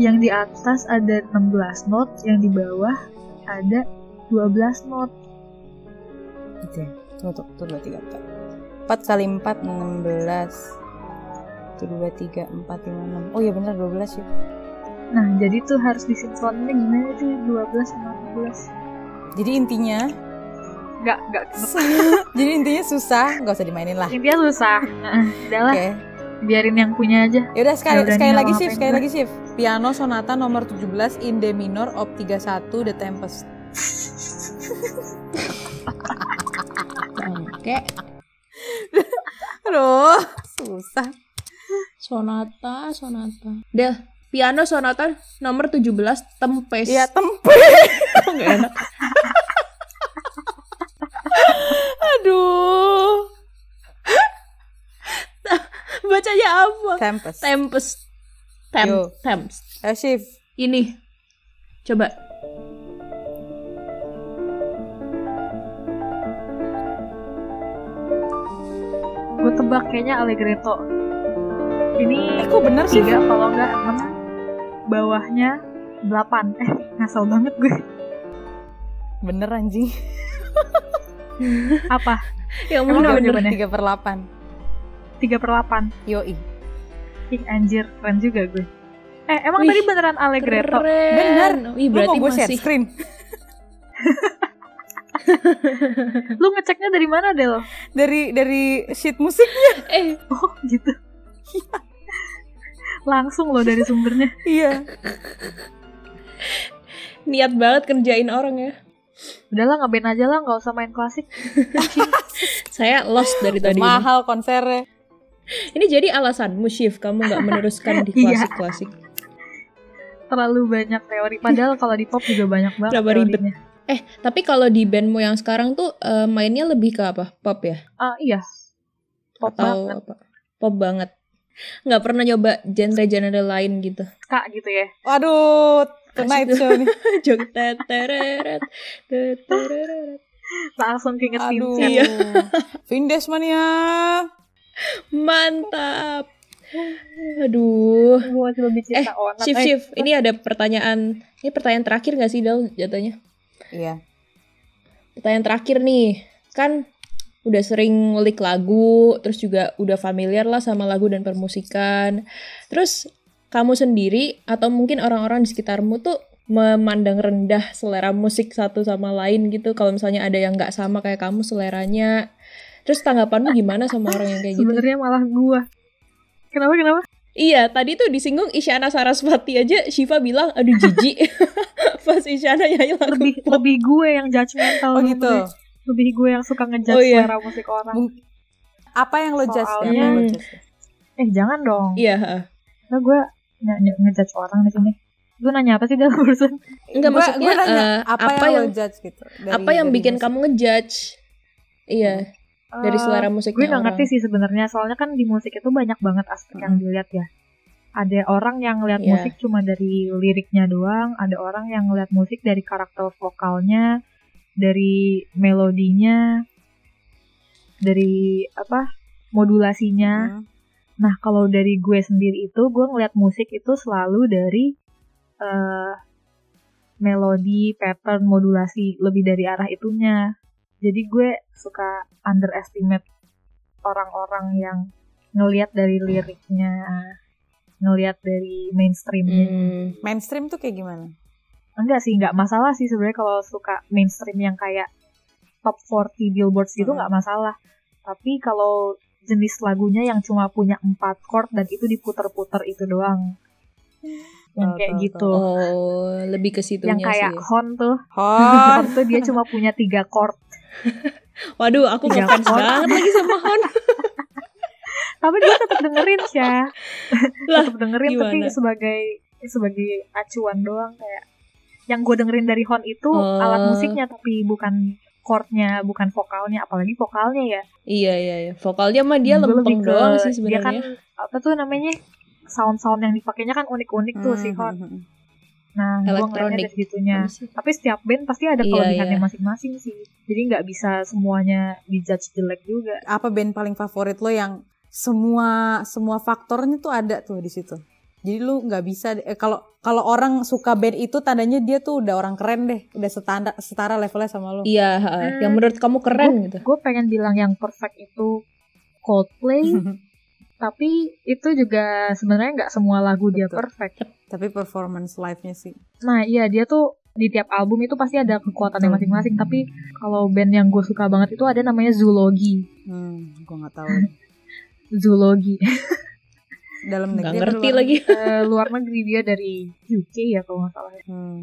[SPEAKER 1] Yang di atas ada 16 not, yang di bawah ada 12 not.
[SPEAKER 3] Gitu ya. Tunggu, tunggu. Itu 2, 3, 4. 4 kali 4, 16. Itu 2, 3, 4, 5, 6. Oh iya bener, 12 ya.
[SPEAKER 1] Nah, jadi tuh harus disinkronin gimana sih 12 sama 16.
[SPEAKER 3] Jadi intinya,
[SPEAKER 1] Nggak, nggak.
[SPEAKER 3] jadi intinya susah. Gak usah dimainin lah. Oke.
[SPEAKER 1] Intinya susah. Nah, udah lah, biarin yang punya aja.
[SPEAKER 3] Ya udah sekali
[SPEAKER 1] Ya udah,
[SPEAKER 3] sekali
[SPEAKER 1] nih,
[SPEAKER 3] lagi
[SPEAKER 1] mau
[SPEAKER 3] shift,
[SPEAKER 1] ngapain
[SPEAKER 3] sekali
[SPEAKER 1] gue?
[SPEAKER 3] lagi shift. Piano sonata nomor 17 in D minor op 31 The Tempest.
[SPEAKER 2] Bangke,
[SPEAKER 3] Aduh, susah.
[SPEAKER 2] sonata, sonata. Del, piano sonata nomor 17 Tempest.
[SPEAKER 3] Iya, tempe.
[SPEAKER 2] nggak enak. Aduh. Bacanya apa?
[SPEAKER 3] Tempest.
[SPEAKER 2] Tempest. Tem
[SPEAKER 3] Yo.
[SPEAKER 2] Tempest.
[SPEAKER 3] Ayo shift.
[SPEAKER 2] Ini. Coba.
[SPEAKER 1] Gue tebak kayaknya Allegretto. Ini
[SPEAKER 3] Eh, kok bener sih?
[SPEAKER 1] tiga kalau nggak enam. Bawahnya delapan. Eh ngasal banget gue.
[SPEAKER 3] Bener anjing.
[SPEAKER 1] Apa?
[SPEAKER 2] Yang
[SPEAKER 1] Emang
[SPEAKER 2] mana
[SPEAKER 1] apa
[SPEAKER 2] bener?
[SPEAKER 1] jawabannya?
[SPEAKER 3] 3 per 8.
[SPEAKER 1] Tiga per delapan.
[SPEAKER 3] Yoi.
[SPEAKER 1] Ih anjir keren juga gue. Eh emang
[SPEAKER 2] Wih,
[SPEAKER 1] tadi beneran Allegretto?
[SPEAKER 2] Keren.
[SPEAKER 3] Bener.
[SPEAKER 2] Ih,
[SPEAKER 3] Lu mau
[SPEAKER 2] berarti
[SPEAKER 3] gue share
[SPEAKER 2] masih
[SPEAKER 3] screen?
[SPEAKER 1] Lu ngeceknya dari mana Del?
[SPEAKER 3] Dari dari sheet musik.
[SPEAKER 2] eh
[SPEAKER 1] Oh gitu. Langsung loh dari sumbernya.
[SPEAKER 3] Iya.
[SPEAKER 2] niat banget kerjain orang ya.
[SPEAKER 1] Udahlah ngapain aja lah nggak usah main klasik.
[SPEAKER 2] Saya lost dari tadi. ini.
[SPEAKER 3] Mahal konsernya.
[SPEAKER 2] Ini jadi alasan Musyif kamu nggak meneruskan di
[SPEAKER 1] Iya.
[SPEAKER 2] klasik-klasik.
[SPEAKER 1] Terlalu banyak teori. Padahal kalau di pop juga banyak banget.
[SPEAKER 2] Kenapa ribet?
[SPEAKER 1] teorinya.
[SPEAKER 2] Eh, tapi kalau di bandmu yang sekarang tuh eh, mainnya lebih ke apa? Pop ya?
[SPEAKER 1] Ah iya. Pop
[SPEAKER 2] Atau
[SPEAKER 1] banget
[SPEAKER 2] apa? Pop banget. Nggak pernah nyoba genre-genre lain gitu.
[SPEAKER 1] kak gitu ya.
[SPEAKER 3] Waduh, tonight show nih.
[SPEAKER 2] Jog tetereret, tetereret.
[SPEAKER 1] langsung keinget
[SPEAKER 2] iya.
[SPEAKER 3] Aduh.
[SPEAKER 1] Vincent.
[SPEAKER 3] Vindes mania.
[SPEAKER 2] Mantap. Aduh.
[SPEAKER 1] Gue coba bicara
[SPEAKER 2] Eh, Shift shift. Ini ada pertanyaan. Ini pertanyaan terakhir gak sih Del jatuhnya?
[SPEAKER 3] Iya.
[SPEAKER 2] Pertanyaan terakhir nih. Kan udah sering ngulik lagu, terus juga udah familiar lah sama lagu dan permusikan. Terus kamu sendiri atau mungkin orang-orang di sekitarmu tuh memandang rendah selera musik satu sama lain gitu. Kalau misalnya ada yang nggak sama kayak kamu seleranya. Terus tanggapanmu gimana sama orang yang kayak gitu?
[SPEAKER 1] Sebenarnya malah gue. Kenapa kenapa?
[SPEAKER 2] Iya, tadi tuh disinggung Isyana Saraswati aja Shiva bilang aduh jijik. Pas Isyana nyanyi lagu
[SPEAKER 1] Lebih
[SPEAKER 2] pop.
[SPEAKER 1] lebih gue yang judgmental.
[SPEAKER 3] Oh gitu.
[SPEAKER 1] sebenarnya. Lebih gue yang suka ngejudge
[SPEAKER 2] Oh, iya.
[SPEAKER 1] selera musik orang.
[SPEAKER 3] Mung- Apa yang lo judge? Apa
[SPEAKER 1] Soalnya-
[SPEAKER 3] yang lo judge?
[SPEAKER 1] Eh jangan dong.
[SPEAKER 2] Iya, heeh.
[SPEAKER 1] Nah, gue nge- nge- ngejudge orang di sini. Gue nanya apa sih dalam urusan?
[SPEAKER 2] enggak
[SPEAKER 3] Gua-
[SPEAKER 2] maksudnya
[SPEAKER 3] gua nanya,
[SPEAKER 2] eh,
[SPEAKER 3] apa, yang, lo judge gitu? dari-
[SPEAKER 2] apa yang
[SPEAKER 3] dari
[SPEAKER 2] bikin
[SPEAKER 3] musik?
[SPEAKER 2] kamu ngejudge? Iya, dari
[SPEAKER 1] Eh,
[SPEAKER 2] selera musiknya
[SPEAKER 1] gue nggak
[SPEAKER 2] orang. Hmm.
[SPEAKER 1] ngerti sih sebenarnya soalnya kan di musik itu banyak banget aspek yang dilihat ya ada orang yang lihat
[SPEAKER 2] Iya.
[SPEAKER 1] musik cuma dari liriknya doang ada orang yang lihat musik dari karakter vokalnya dari melodinya dari apa modulasinya
[SPEAKER 3] Hmm.
[SPEAKER 1] nah kalau dari gue sendiri itu gue ngeliat musik itu selalu dari eh, melodi pattern modulasi lebih dari arah itunya jadi gue suka underestimate orang-orang yang ngelihat dari liriknya ngelihat dari mainstreamnya
[SPEAKER 2] Hmm.
[SPEAKER 3] Mainstream tuh kayak gimana?
[SPEAKER 1] enggak sih enggak masalah sih sebenarnya kalau suka mainstream yang kayak top 40 billboards gitu
[SPEAKER 3] Hmm.
[SPEAKER 1] enggak masalah tapi kalau jenis lagunya yang cuma punya empat chord dan itu diputer-puter itu doang yang
[SPEAKER 3] Tahu,
[SPEAKER 1] kayak
[SPEAKER 3] tahu,
[SPEAKER 1] gitu
[SPEAKER 2] Oh, lebih ke situnya
[SPEAKER 1] yang kayak
[SPEAKER 2] sih.
[SPEAKER 1] horn tuh
[SPEAKER 3] Hon.
[SPEAKER 1] horn tuh dia cuma punya tiga chord
[SPEAKER 2] Waduh, aku
[SPEAKER 1] Tiga
[SPEAKER 2] ngefans
[SPEAKER 1] orang.
[SPEAKER 2] banget lagi sama Hon.
[SPEAKER 1] tapi dia tetap dengerin sih
[SPEAKER 2] Lah,
[SPEAKER 1] tetap dengerin tapi
[SPEAKER 2] gimana?
[SPEAKER 1] sebagai sebagai acuan doang kayak yang gue dengerin dari Hon itu
[SPEAKER 2] Oh.
[SPEAKER 1] alat musiknya tapi bukan chordnya bukan vokalnya apalagi vokalnya ya
[SPEAKER 2] Iya, iya, iya. Vokalnya mah dia
[SPEAKER 1] Gue lebih
[SPEAKER 2] lempeng
[SPEAKER 1] ke-
[SPEAKER 2] doang sih
[SPEAKER 1] dia kan
[SPEAKER 2] sebenarnya.
[SPEAKER 1] apa tuh namanya sound-sound yang dipakainya kan unik-unik tuh si Hon
[SPEAKER 3] Hmm.
[SPEAKER 1] nah gue
[SPEAKER 2] Elektronik.
[SPEAKER 1] ngeliatnya dari situnya
[SPEAKER 2] Apa sih?
[SPEAKER 1] tapi setiap band pasti ada
[SPEAKER 2] Hmm. Iya,
[SPEAKER 1] kelebihannya
[SPEAKER 2] iya.
[SPEAKER 1] masing-masing sih jadi nggak bisa semuanya dijudge jelek juga
[SPEAKER 3] Apa band paling favorit lo yang semua semua faktornya tuh ada tuh di situ. Jadi lu nggak bisa eh, kalau kalau orang suka band itu tandanya dia tuh udah orang keren deh, udah setara setara levelnya sama lo.
[SPEAKER 2] Iya, heeh.
[SPEAKER 1] Hmm.
[SPEAKER 2] yang menurut kamu keren gitu.
[SPEAKER 1] gue pengen bilang yang perfect itu
[SPEAKER 2] Iya.
[SPEAKER 1] Coldplay
[SPEAKER 2] Hmm.
[SPEAKER 1] tapi itu juga sebenarnya nggak semua lagu dia
[SPEAKER 3] Betul.
[SPEAKER 1] perfect.
[SPEAKER 3] Tapi performance live-nya sih.
[SPEAKER 1] Nah iya dia tuh di tiap album itu pasti ada kekuatannya
[SPEAKER 3] Betul.
[SPEAKER 1] masing-masing. Tapi kalau band yang gue suka banget itu ada namanya Zoology.
[SPEAKER 3] Hmm, gua nggak tahu.
[SPEAKER 1] Zoology
[SPEAKER 3] Dalam negeri
[SPEAKER 2] Nggak
[SPEAKER 1] gitu
[SPEAKER 3] atau
[SPEAKER 2] ngerti
[SPEAKER 3] luar
[SPEAKER 2] lagi.
[SPEAKER 1] Eh, luar negeri dia dari UK ya kalau nggak salah.
[SPEAKER 3] negeri? Hmm.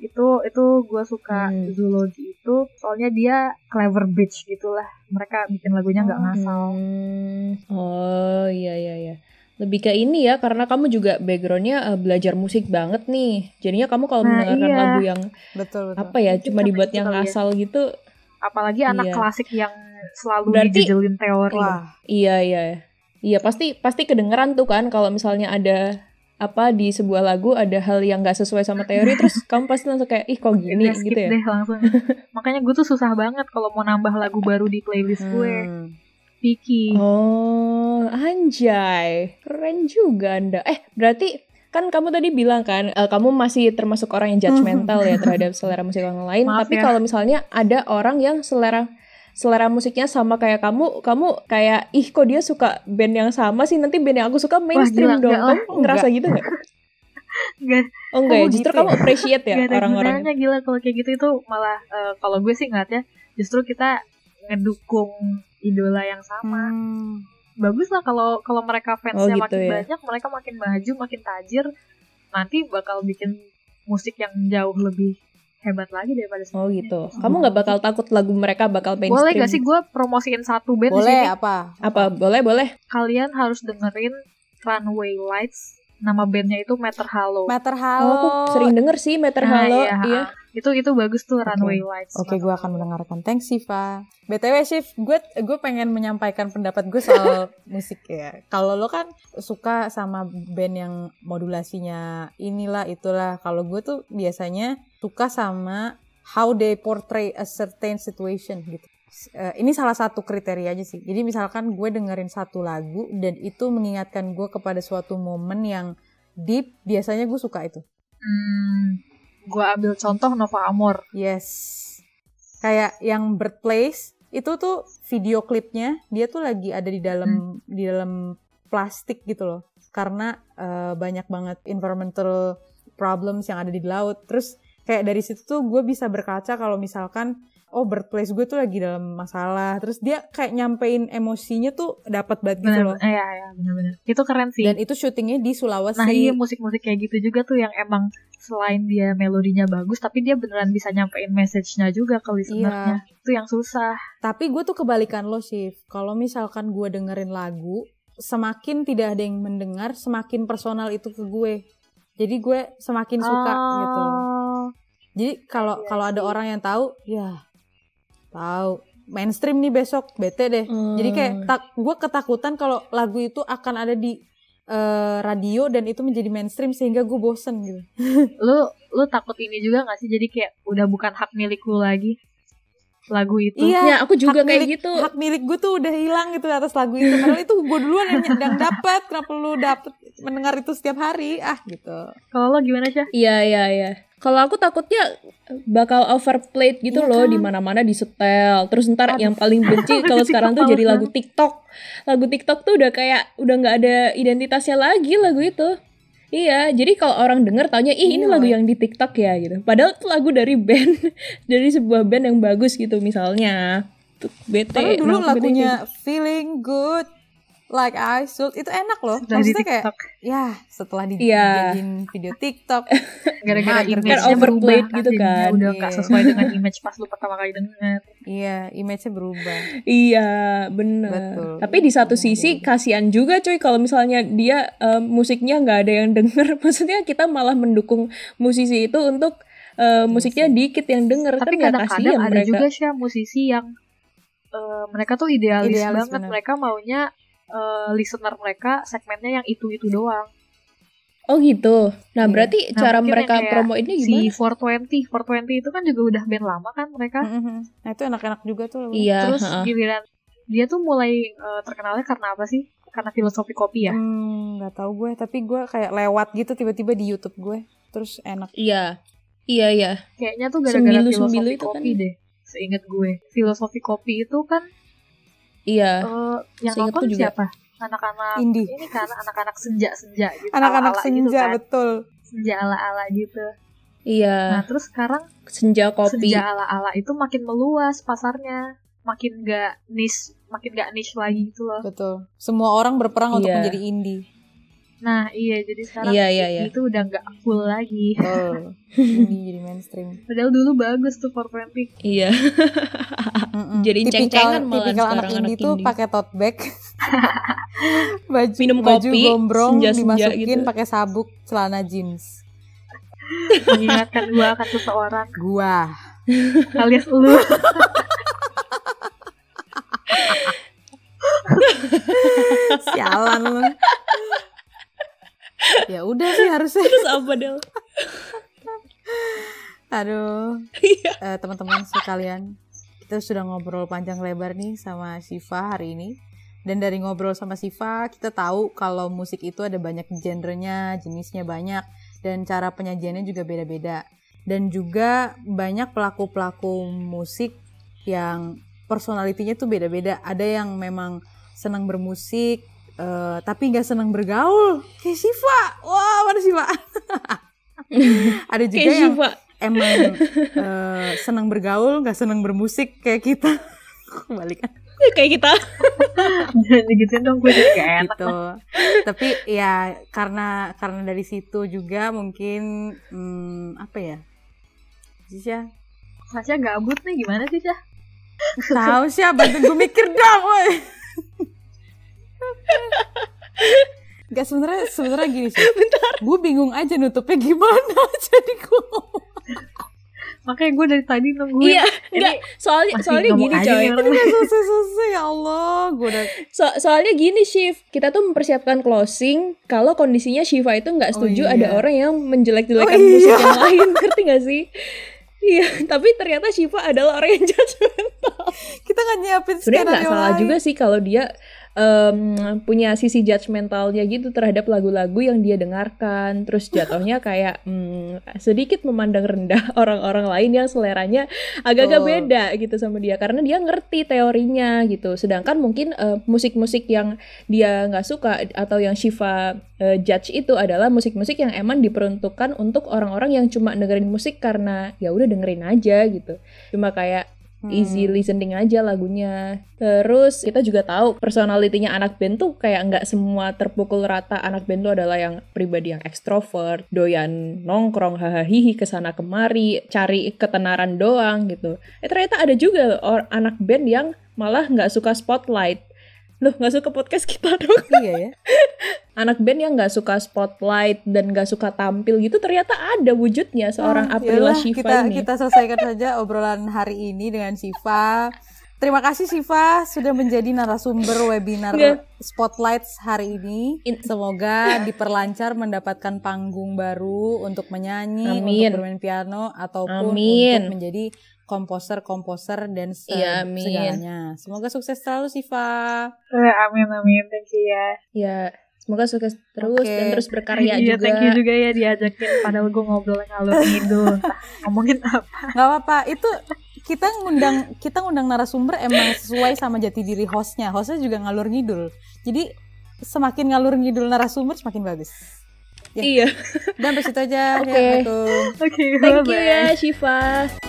[SPEAKER 1] Itu itu gue suka
[SPEAKER 2] Hmm.
[SPEAKER 1] Zoology itu soalnya dia clever bitch gitulah. Mereka bikin lagunya
[SPEAKER 2] Oh,
[SPEAKER 1] nggak ngasal.
[SPEAKER 2] Hmm. Oh iya iya iya. Lebih ke ini ya karena kamu juga backgroundnya eh, belajar musik banget nih. Jadinya kamu kalau
[SPEAKER 1] Nah,
[SPEAKER 2] mendengarkan
[SPEAKER 1] iya.
[SPEAKER 2] lagu yang
[SPEAKER 3] Betul betul.
[SPEAKER 2] apa ya
[SPEAKER 1] Itu
[SPEAKER 2] cuma
[SPEAKER 1] sama
[SPEAKER 2] dibuat
[SPEAKER 1] itu
[SPEAKER 2] yang
[SPEAKER 1] kali ya.
[SPEAKER 2] ngasal gitu.
[SPEAKER 1] Apalagi anak
[SPEAKER 2] Iya.
[SPEAKER 1] klasik yang selalu
[SPEAKER 2] Berarti-
[SPEAKER 1] dijejelin teori.
[SPEAKER 3] Wah,
[SPEAKER 2] Iya iya. Iya pasti pasti kedengeran tuh kan kalau misalnya ada apa di sebuah lagu ada hal yang nggak sesuai sama teori terus kamu pasti langsung kayak ih kok gini
[SPEAKER 1] Udah Iya, skip
[SPEAKER 2] gitu ya.
[SPEAKER 1] deh langsung. Makanya gue tuh susah banget kalau mau nambah lagu baru di playlist gue.
[SPEAKER 3] Hmm.
[SPEAKER 1] Picky.
[SPEAKER 2] Oh, anjay. Keren juga Anda. Eh, berarti kan kamu tadi bilang kan eh, kamu masih termasuk orang yang judgmental ya terhadap selera musik orang lain,
[SPEAKER 1] Maaf
[SPEAKER 2] tapi
[SPEAKER 1] ya.
[SPEAKER 2] kalau misalnya ada orang yang selera selera musiknya sama kayak kamu, kamu kayak ih kok dia suka band yang sama sih, nanti band yang aku suka
[SPEAKER 1] gila,
[SPEAKER 2] mainstream
[SPEAKER 1] oh,
[SPEAKER 2] dong.
[SPEAKER 1] enggak,
[SPEAKER 2] Kamu ngerasa gitu gak?
[SPEAKER 1] Enggak.
[SPEAKER 2] Oh enggak ya,
[SPEAKER 3] Oh,
[SPEAKER 2] justru
[SPEAKER 3] gitu
[SPEAKER 2] kamu appreciate ya
[SPEAKER 1] Gak ada
[SPEAKER 2] orang-orang.
[SPEAKER 1] gunanya gila kalau kayak gitu itu malah eh, kalau gue sih ngeliatnya justru kita ngedukung idola yang sama.
[SPEAKER 3] Hmm.
[SPEAKER 1] Bagus lah kalau kalau mereka fansnya
[SPEAKER 2] Oh, gitu
[SPEAKER 1] makin
[SPEAKER 2] ya.
[SPEAKER 1] banyak, mereka makin maju, makin tajir, nanti bakal bikin musik yang jauh lebih hebat lagi daripada sebelumnya.
[SPEAKER 2] Oh gitu. Kamu nggak bakal takut lagu mereka bakal mainstream?
[SPEAKER 1] Boleh gak sih gue promosiin satu band di
[SPEAKER 3] Boleh
[SPEAKER 1] sini?
[SPEAKER 3] apa?
[SPEAKER 2] Apa boleh boleh?
[SPEAKER 1] Kalian harus dengerin Runway Lights. Nama bandnya itu Matter Halo.
[SPEAKER 3] Meter
[SPEAKER 2] Oh,
[SPEAKER 3] halo.
[SPEAKER 2] aku sering denger sih Meter
[SPEAKER 1] Nah,
[SPEAKER 2] Halo.
[SPEAKER 1] iya,
[SPEAKER 2] iya.
[SPEAKER 1] Itu itu bagus tuh Runway Lights.
[SPEAKER 3] Oke, gue akan mendengarkan. Thanks, Siva. BTW, Sif, gue gue pengen menyampaikan pendapat gue soal musik ya. Kalau lo kan suka sama band yang modulasinya inilah itulah. Kalau gue tuh biasanya suka sama how they portray a certain situation gitu. Eh, ini salah satu kriteria aja sih. Jadi misalkan gue dengerin satu lagu dan itu mengingatkan gue kepada suatu momen yang deep, biasanya gue suka itu.
[SPEAKER 1] Hmm, gue ambil contoh Nova Amor.
[SPEAKER 3] Yes. Kayak yang Birthplace itu tuh video klipnya dia tuh lagi ada di
[SPEAKER 1] Hmm.
[SPEAKER 3] dalam di dalam plastik gitu loh. Karena eh, banyak banget environmental problems yang ada di laut. Terus kayak dari situ tuh gue bisa berkaca kalau misalkan oh birthplace gue tuh lagi dalam masalah. Terus dia kayak nyampein emosinya tuh dapat banget gitu
[SPEAKER 1] Bener,
[SPEAKER 3] loh.
[SPEAKER 1] eh, ya, ya, bener-bener. Itu keren sih.
[SPEAKER 3] Dan itu syutingnya di Sulawesi.
[SPEAKER 1] Nah iya musik-musik kayak gitu juga tuh yang emang selain dia melodinya bagus tapi dia beneran bisa nyampein message-nya juga ke listenernya.
[SPEAKER 3] Iya.
[SPEAKER 1] Itu yang susah.
[SPEAKER 3] Tapi gue tuh kebalikan lo sih. Kalau misalkan gue dengerin lagu, semakin tidak ada yang mendengar, semakin personal itu ke gue. Jadi gue semakin suka
[SPEAKER 1] Oh.
[SPEAKER 3] gitu. Jadi kalau kalau ada orang yang tahu, ya tahu mainstream nih besok, bete deh. Jadi kayak
[SPEAKER 2] Hmm.
[SPEAKER 3] tak, gue ketakutan kalau lagu itu akan ada di eh, radio dan itu menjadi mainstream sehingga gue bosen gitu.
[SPEAKER 1] Lu lu takut ini juga gak sih jadi kayak udah bukan hak milik lu lagi lagu itu.
[SPEAKER 3] Iya.
[SPEAKER 2] Ya, aku juga
[SPEAKER 3] hak
[SPEAKER 2] kayak
[SPEAKER 3] milik-
[SPEAKER 2] gitu.
[SPEAKER 3] Hak milik gue tuh udah hilang gitu atas lagu itu. Padahal itu gue duluan yang, yang dapat. Kenapa lu dapat mendengar itu setiap hari? Ah gitu.
[SPEAKER 1] Kalau lo gimana sih?
[SPEAKER 2] Iya iya iya. Kalau aku takutnya bakal overplayed gitu
[SPEAKER 3] Iya kan?
[SPEAKER 2] loh di mana-mana disetel. Terus ntar
[SPEAKER 3] Aduh. kan?
[SPEAKER 2] yang paling benci kalau
[SPEAKER 1] Di
[SPEAKER 2] sekarang tuh
[SPEAKER 1] TikTok
[SPEAKER 2] jadi
[SPEAKER 1] males
[SPEAKER 2] lagu TikTok. Lagu TikTok tuh udah kayak udah nggak ada identitasnya lagi lagu itu. Iya, jadi kalau orang denger taunya ih ini
[SPEAKER 3] Iya.
[SPEAKER 2] lagu yang di TikTok ya gitu. Padahal itu lagu dari band dari sebuah band yang bagus gitu misalnya. Tuh, Bete.
[SPEAKER 3] Padahal dulu
[SPEAKER 2] Nah, aku bete
[SPEAKER 3] lagunya
[SPEAKER 2] kayak gitu.
[SPEAKER 3] Feeling Good Like I Should itu enak loh.
[SPEAKER 1] Udah di
[SPEAKER 3] Maksudnya kayak
[SPEAKER 1] TikTok.
[SPEAKER 3] ya setelah di-
[SPEAKER 2] Iya.
[SPEAKER 3] dijadiin video TikTok.
[SPEAKER 1] Gara-gara
[SPEAKER 3] Nah,
[SPEAKER 1] image-nya
[SPEAKER 2] terbiasa. Overplayed
[SPEAKER 1] berubah
[SPEAKER 2] gitu
[SPEAKER 1] jadinya
[SPEAKER 2] kan.
[SPEAKER 1] Udah gak
[SPEAKER 3] Iya.
[SPEAKER 1] sesuai dengan image pas lu pertama kali denger.
[SPEAKER 3] iya, image-nya berubah.
[SPEAKER 2] Iya, bener.
[SPEAKER 3] Betul.
[SPEAKER 2] Tapi di satu sisi kasihan juga coy kalau misalnya dia eh, musiknya nggak ada yang denger. Maksudnya kita malah mendukung musisi itu untuk eh, musiknya dikit yang denger.
[SPEAKER 1] tapi
[SPEAKER 2] Kan nggak
[SPEAKER 1] kadang-kadang
[SPEAKER 2] kasihan
[SPEAKER 1] ada
[SPEAKER 2] mereka.
[SPEAKER 1] juga sih ya, musisi yang eh, mereka tuh idealis,
[SPEAKER 3] Idealis,
[SPEAKER 1] banget
[SPEAKER 3] bener.
[SPEAKER 1] mereka maunya eh, listener mereka segmennya yang itu itu doang
[SPEAKER 2] Oh gitu. Nah
[SPEAKER 3] Iya.
[SPEAKER 2] berarti
[SPEAKER 1] Nah,
[SPEAKER 2] cara
[SPEAKER 1] mungkin yang
[SPEAKER 2] mereka
[SPEAKER 1] kayak
[SPEAKER 2] promo ini
[SPEAKER 1] si
[SPEAKER 2] gimana?
[SPEAKER 1] 420 420 itu kan juga udah band lama kan mereka
[SPEAKER 3] Mhm. Nah, itu enak-enak juga tuh lagunya.
[SPEAKER 2] Iya.
[SPEAKER 1] terus
[SPEAKER 2] heeh.
[SPEAKER 1] giliran dia tuh mulai eh, terkenalnya karena apa sih karena filosofi
[SPEAKER 2] Iya.
[SPEAKER 1] kopi ya
[SPEAKER 3] Hmm, nggak tahu gue, tapi gue kayak lewat gitu tiba-tiba di YouTube gue. Terus enak.
[SPEAKER 2] Iya. Iya iya.
[SPEAKER 1] kayaknya tuh gara-gara
[SPEAKER 2] Sembilu-
[SPEAKER 1] filosofi
[SPEAKER 2] sembilu itu
[SPEAKER 1] kopi
[SPEAKER 2] kan.
[SPEAKER 1] deh seingat gue filosofi kopi itu kan
[SPEAKER 2] Iya.
[SPEAKER 1] eh, yang
[SPEAKER 2] Seingatku
[SPEAKER 1] nonton
[SPEAKER 2] juga.
[SPEAKER 1] siapa anak-anak
[SPEAKER 3] Indie.
[SPEAKER 1] ini kan anak-anak senja-senja gitu
[SPEAKER 3] Anak-anak
[SPEAKER 1] ala-ala gitu
[SPEAKER 3] senja
[SPEAKER 1] kan.
[SPEAKER 3] betul.
[SPEAKER 1] senja ala-ala gitu
[SPEAKER 2] Iya.
[SPEAKER 1] Nah, terus sekarang
[SPEAKER 2] Senja kopi.
[SPEAKER 1] senja ala-ala itu makin meluas pasarnya, makin gak niche, makin gak niche lagi gitu loh.
[SPEAKER 3] Betul. Semua orang berperang untuk
[SPEAKER 2] Iya.
[SPEAKER 3] menjadi indie.
[SPEAKER 1] Nah, iya jadi sekarang
[SPEAKER 2] Iya, iya, iya.
[SPEAKER 1] itu udah gak cool lagi.
[SPEAKER 3] Betul. indie jadi mainstream.
[SPEAKER 1] Padahal dulu bagus tuh 420.
[SPEAKER 2] Iya.
[SPEAKER 3] Mm-mm.
[SPEAKER 2] Jadiin
[SPEAKER 3] Tipikal-
[SPEAKER 2] ceng-cengan malahan
[SPEAKER 3] Tipikal anak
[SPEAKER 2] sekarang anak
[SPEAKER 3] indie tuh
[SPEAKER 2] indie.
[SPEAKER 3] pakai tote bag. baju,
[SPEAKER 2] Minum
[SPEAKER 3] baju
[SPEAKER 2] kopi,
[SPEAKER 3] gombrong
[SPEAKER 2] senja-senja
[SPEAKER 3] dimasukin
[SPEAKER 2] gitu.
[SPEAKER 3] pakai sabuk celana jeans.
[SPEAKER 1] Mengingatkan gua akan seseorang
[SPEAKER 3] Gua.
[SPEAKER 1] alias lu.
[SPEAKER 3] Sialan lu. ya udah sih harusnya.
[SPEAKER 2] Terus apa Del?
[SPEAKER 3] Aduh.
[SPEAKER 2] Iya.
[SPEAKER 3] Eh, teman-teman sekalian, kita sudah ngobrol panjang lebar nih sama Siva hari ini. Dan dari ngobrol sama Siva, kita tahu kalau musik itu ada banyak genrenya, jenisnya banyak, dan cara penyajiannya juga beda-beda. Dan juga banyak pelaku-pelaku musik yang personalitinya tuh beda-beda. Ada yang memang senang bermusik, eh, tapi nggak senang bergaul. Kayak Siva, wah mana Siva? ada juga
[SPEAKER 2] Kayak
[SPEAKER 3] yang
[SPEAKER 2] Shiva.
[SPEAKER 3] emang eh, senang bergaul nggak senang bermusik kayak kita kebalikan
[SPEAKER 2] Kayak kita.
[SPEAKER 1] Jangan digituin dong, gue jadi gak enak.
[SPEAKER 3] gitu tapi ya karena karena dari situ juga mungkin hmm, apa ya Sisya
[SPEAKER 1] Tasya gabut nih, gimana sih, Syah?
[SPEAKER 3] tahu sih bantu gue mikir dong woi Gak sebenarnya sebenarnya gini sih. Gue bingung aja nutupnya gimana. Jadi gue
[SPEAKER 1] Makanya gue dari tadi nungguin.
[SPEAKER 2] Iya. Enggak. Soalnya
[SPEAKER 1] Masih
[SPEAKER 2] soalnya
[SPEAKER 1] ngomong
[SPEAKER 2] gini
[SPEAKER 1] aja
[SPEAKER 2] coy.
[SPEAKER 1] nih orang.
[SPEAKER 3] udah selesai-selesai ya Allah. Gue udah
[SPEAKER 2] So- soalnya gini Shiv, kita tuh mempersiapkan closing kalau kondisinya Shiva itu nggak
[SPEAKER 3] Oh, iya.
[SPEAKER 2] setuju ada orang yang menjelek-jelekan
[SPEAKER 3] Oh, iya.
[SPEAKER 2] musik yang lain, ngerti gak sih? Iya, tapi ternyata Shiva adalah orang yang judgmental.
[SPEAKER 3] Kita nggak nyiapin
[SPEAKER 2] Sebenarnya
[SPEAKER 3] skenario
[SPEAKER 2] nggak salah
[SPEAKER 3] lain.
[SPEAKER 2] juga sih kalau dia em, punya sisi judgmentalnya gitu terhadap lagu-lagu yang dia dengarkan. Terus jatuhnya kayak mm, sedikit memandang rendah orang-orang lain yang seleranya agak-agak
[SPEAKER 3] Betul.
[SPEAKER 2] beda gitu sama dia. Karena dia ngerti teorinya gitu. Sedangkan mungkin eh, musik-musik yang dia nggak suka atau yang Shiva eh, judge itu adalah musik-musik yang emang diperuntukkan untuk orang-orang yang cuma dengerin musik karena ya udah dengerin aja gitu. Cuma kayak
[SPEAKER 3] Hmm.
[SPEAKER 2] easy listening aja lagunya. Terus kita juga tahu personalitinya anak band tuh kayak nggak semua terpukul rata anak band tuh adalah yang pribadi yang ekstrovert, doyan nongkrong, hahaha kesana kemari, cari ketenaran doang gitu. Eh ternyata ada juga or- anak band yang malah nggak suka spotlight. Loh nggak suka podcast kita dong?
[SPEAKER 3] Iya ya.
[SPEAKER 2] Anak band yang nggak suka spotlight dan nggak suka tampil gitu ternyata ada wujudnya seorang
[SPEAKER 3] Ah,
[SPEAKER 2] Aprila
[SPEAKER 3] yalah,
[SPEAKER 2] Shiva
[SPEAKER 3] kita,
[SPEAKER 2] ini.
[SPEAKER 3] Kita selesaikan saja obrolan hari ini dengan Shiva. Terima kasih Shiva sudah menjadi narasumber webinar
[SPEAKER 2] Nggak.
[SPEAKER 3] Spotlights hari ini. Semoga diperlancar mendapatkan panggung baru untuk menyanyi,
[SPEAKER 2] Amin.
[SPEAKER 3] untuk bermain piano ataupun
[SPEAKER 2] Amin.
[SPEAKER 3] untuk menjadi komposer-komposer dan se-
[SPEAKER 2] Iya, amin.
[SPEAKER 3] segalanya. Semoga sukses selalu Shiva.
[SPEAKER 1] Eh, amin amin thank you ya
[SPEAKER 2] Ya, semoga sukses terus
[SPEAKER 3] Oke.
[SPEAKER 2] dan terus berkarya
[SPEAKER 1] Iya,
[SPEAKER 2] juga.
[SPEAKER 1] thank you juga ya diajakin padahal gue ngobrol yang ngalur ngidul Entah ngomongin apa
[SPEAKER 3] Gak apa-apa, itu kita ngundang kita ngundang narasumber emang sesuai sama jati diri hostnya. Hostnya juga ngalur ngidul. Jadi semakin ngalur ngidul narasumber semakin bagus.
[SPEAKER 2] Iya.
[SPEAKER 3] Dan sampai situ aja.
[SPEAKER 2] Oke.
[SPEAKER 3] Ya, betul.
[SPEAKER 1] oke
[SPEAKER 2] Thank you
[SPEAKER 1] bye-bye.
[SPEAKER 2] ya Shiva.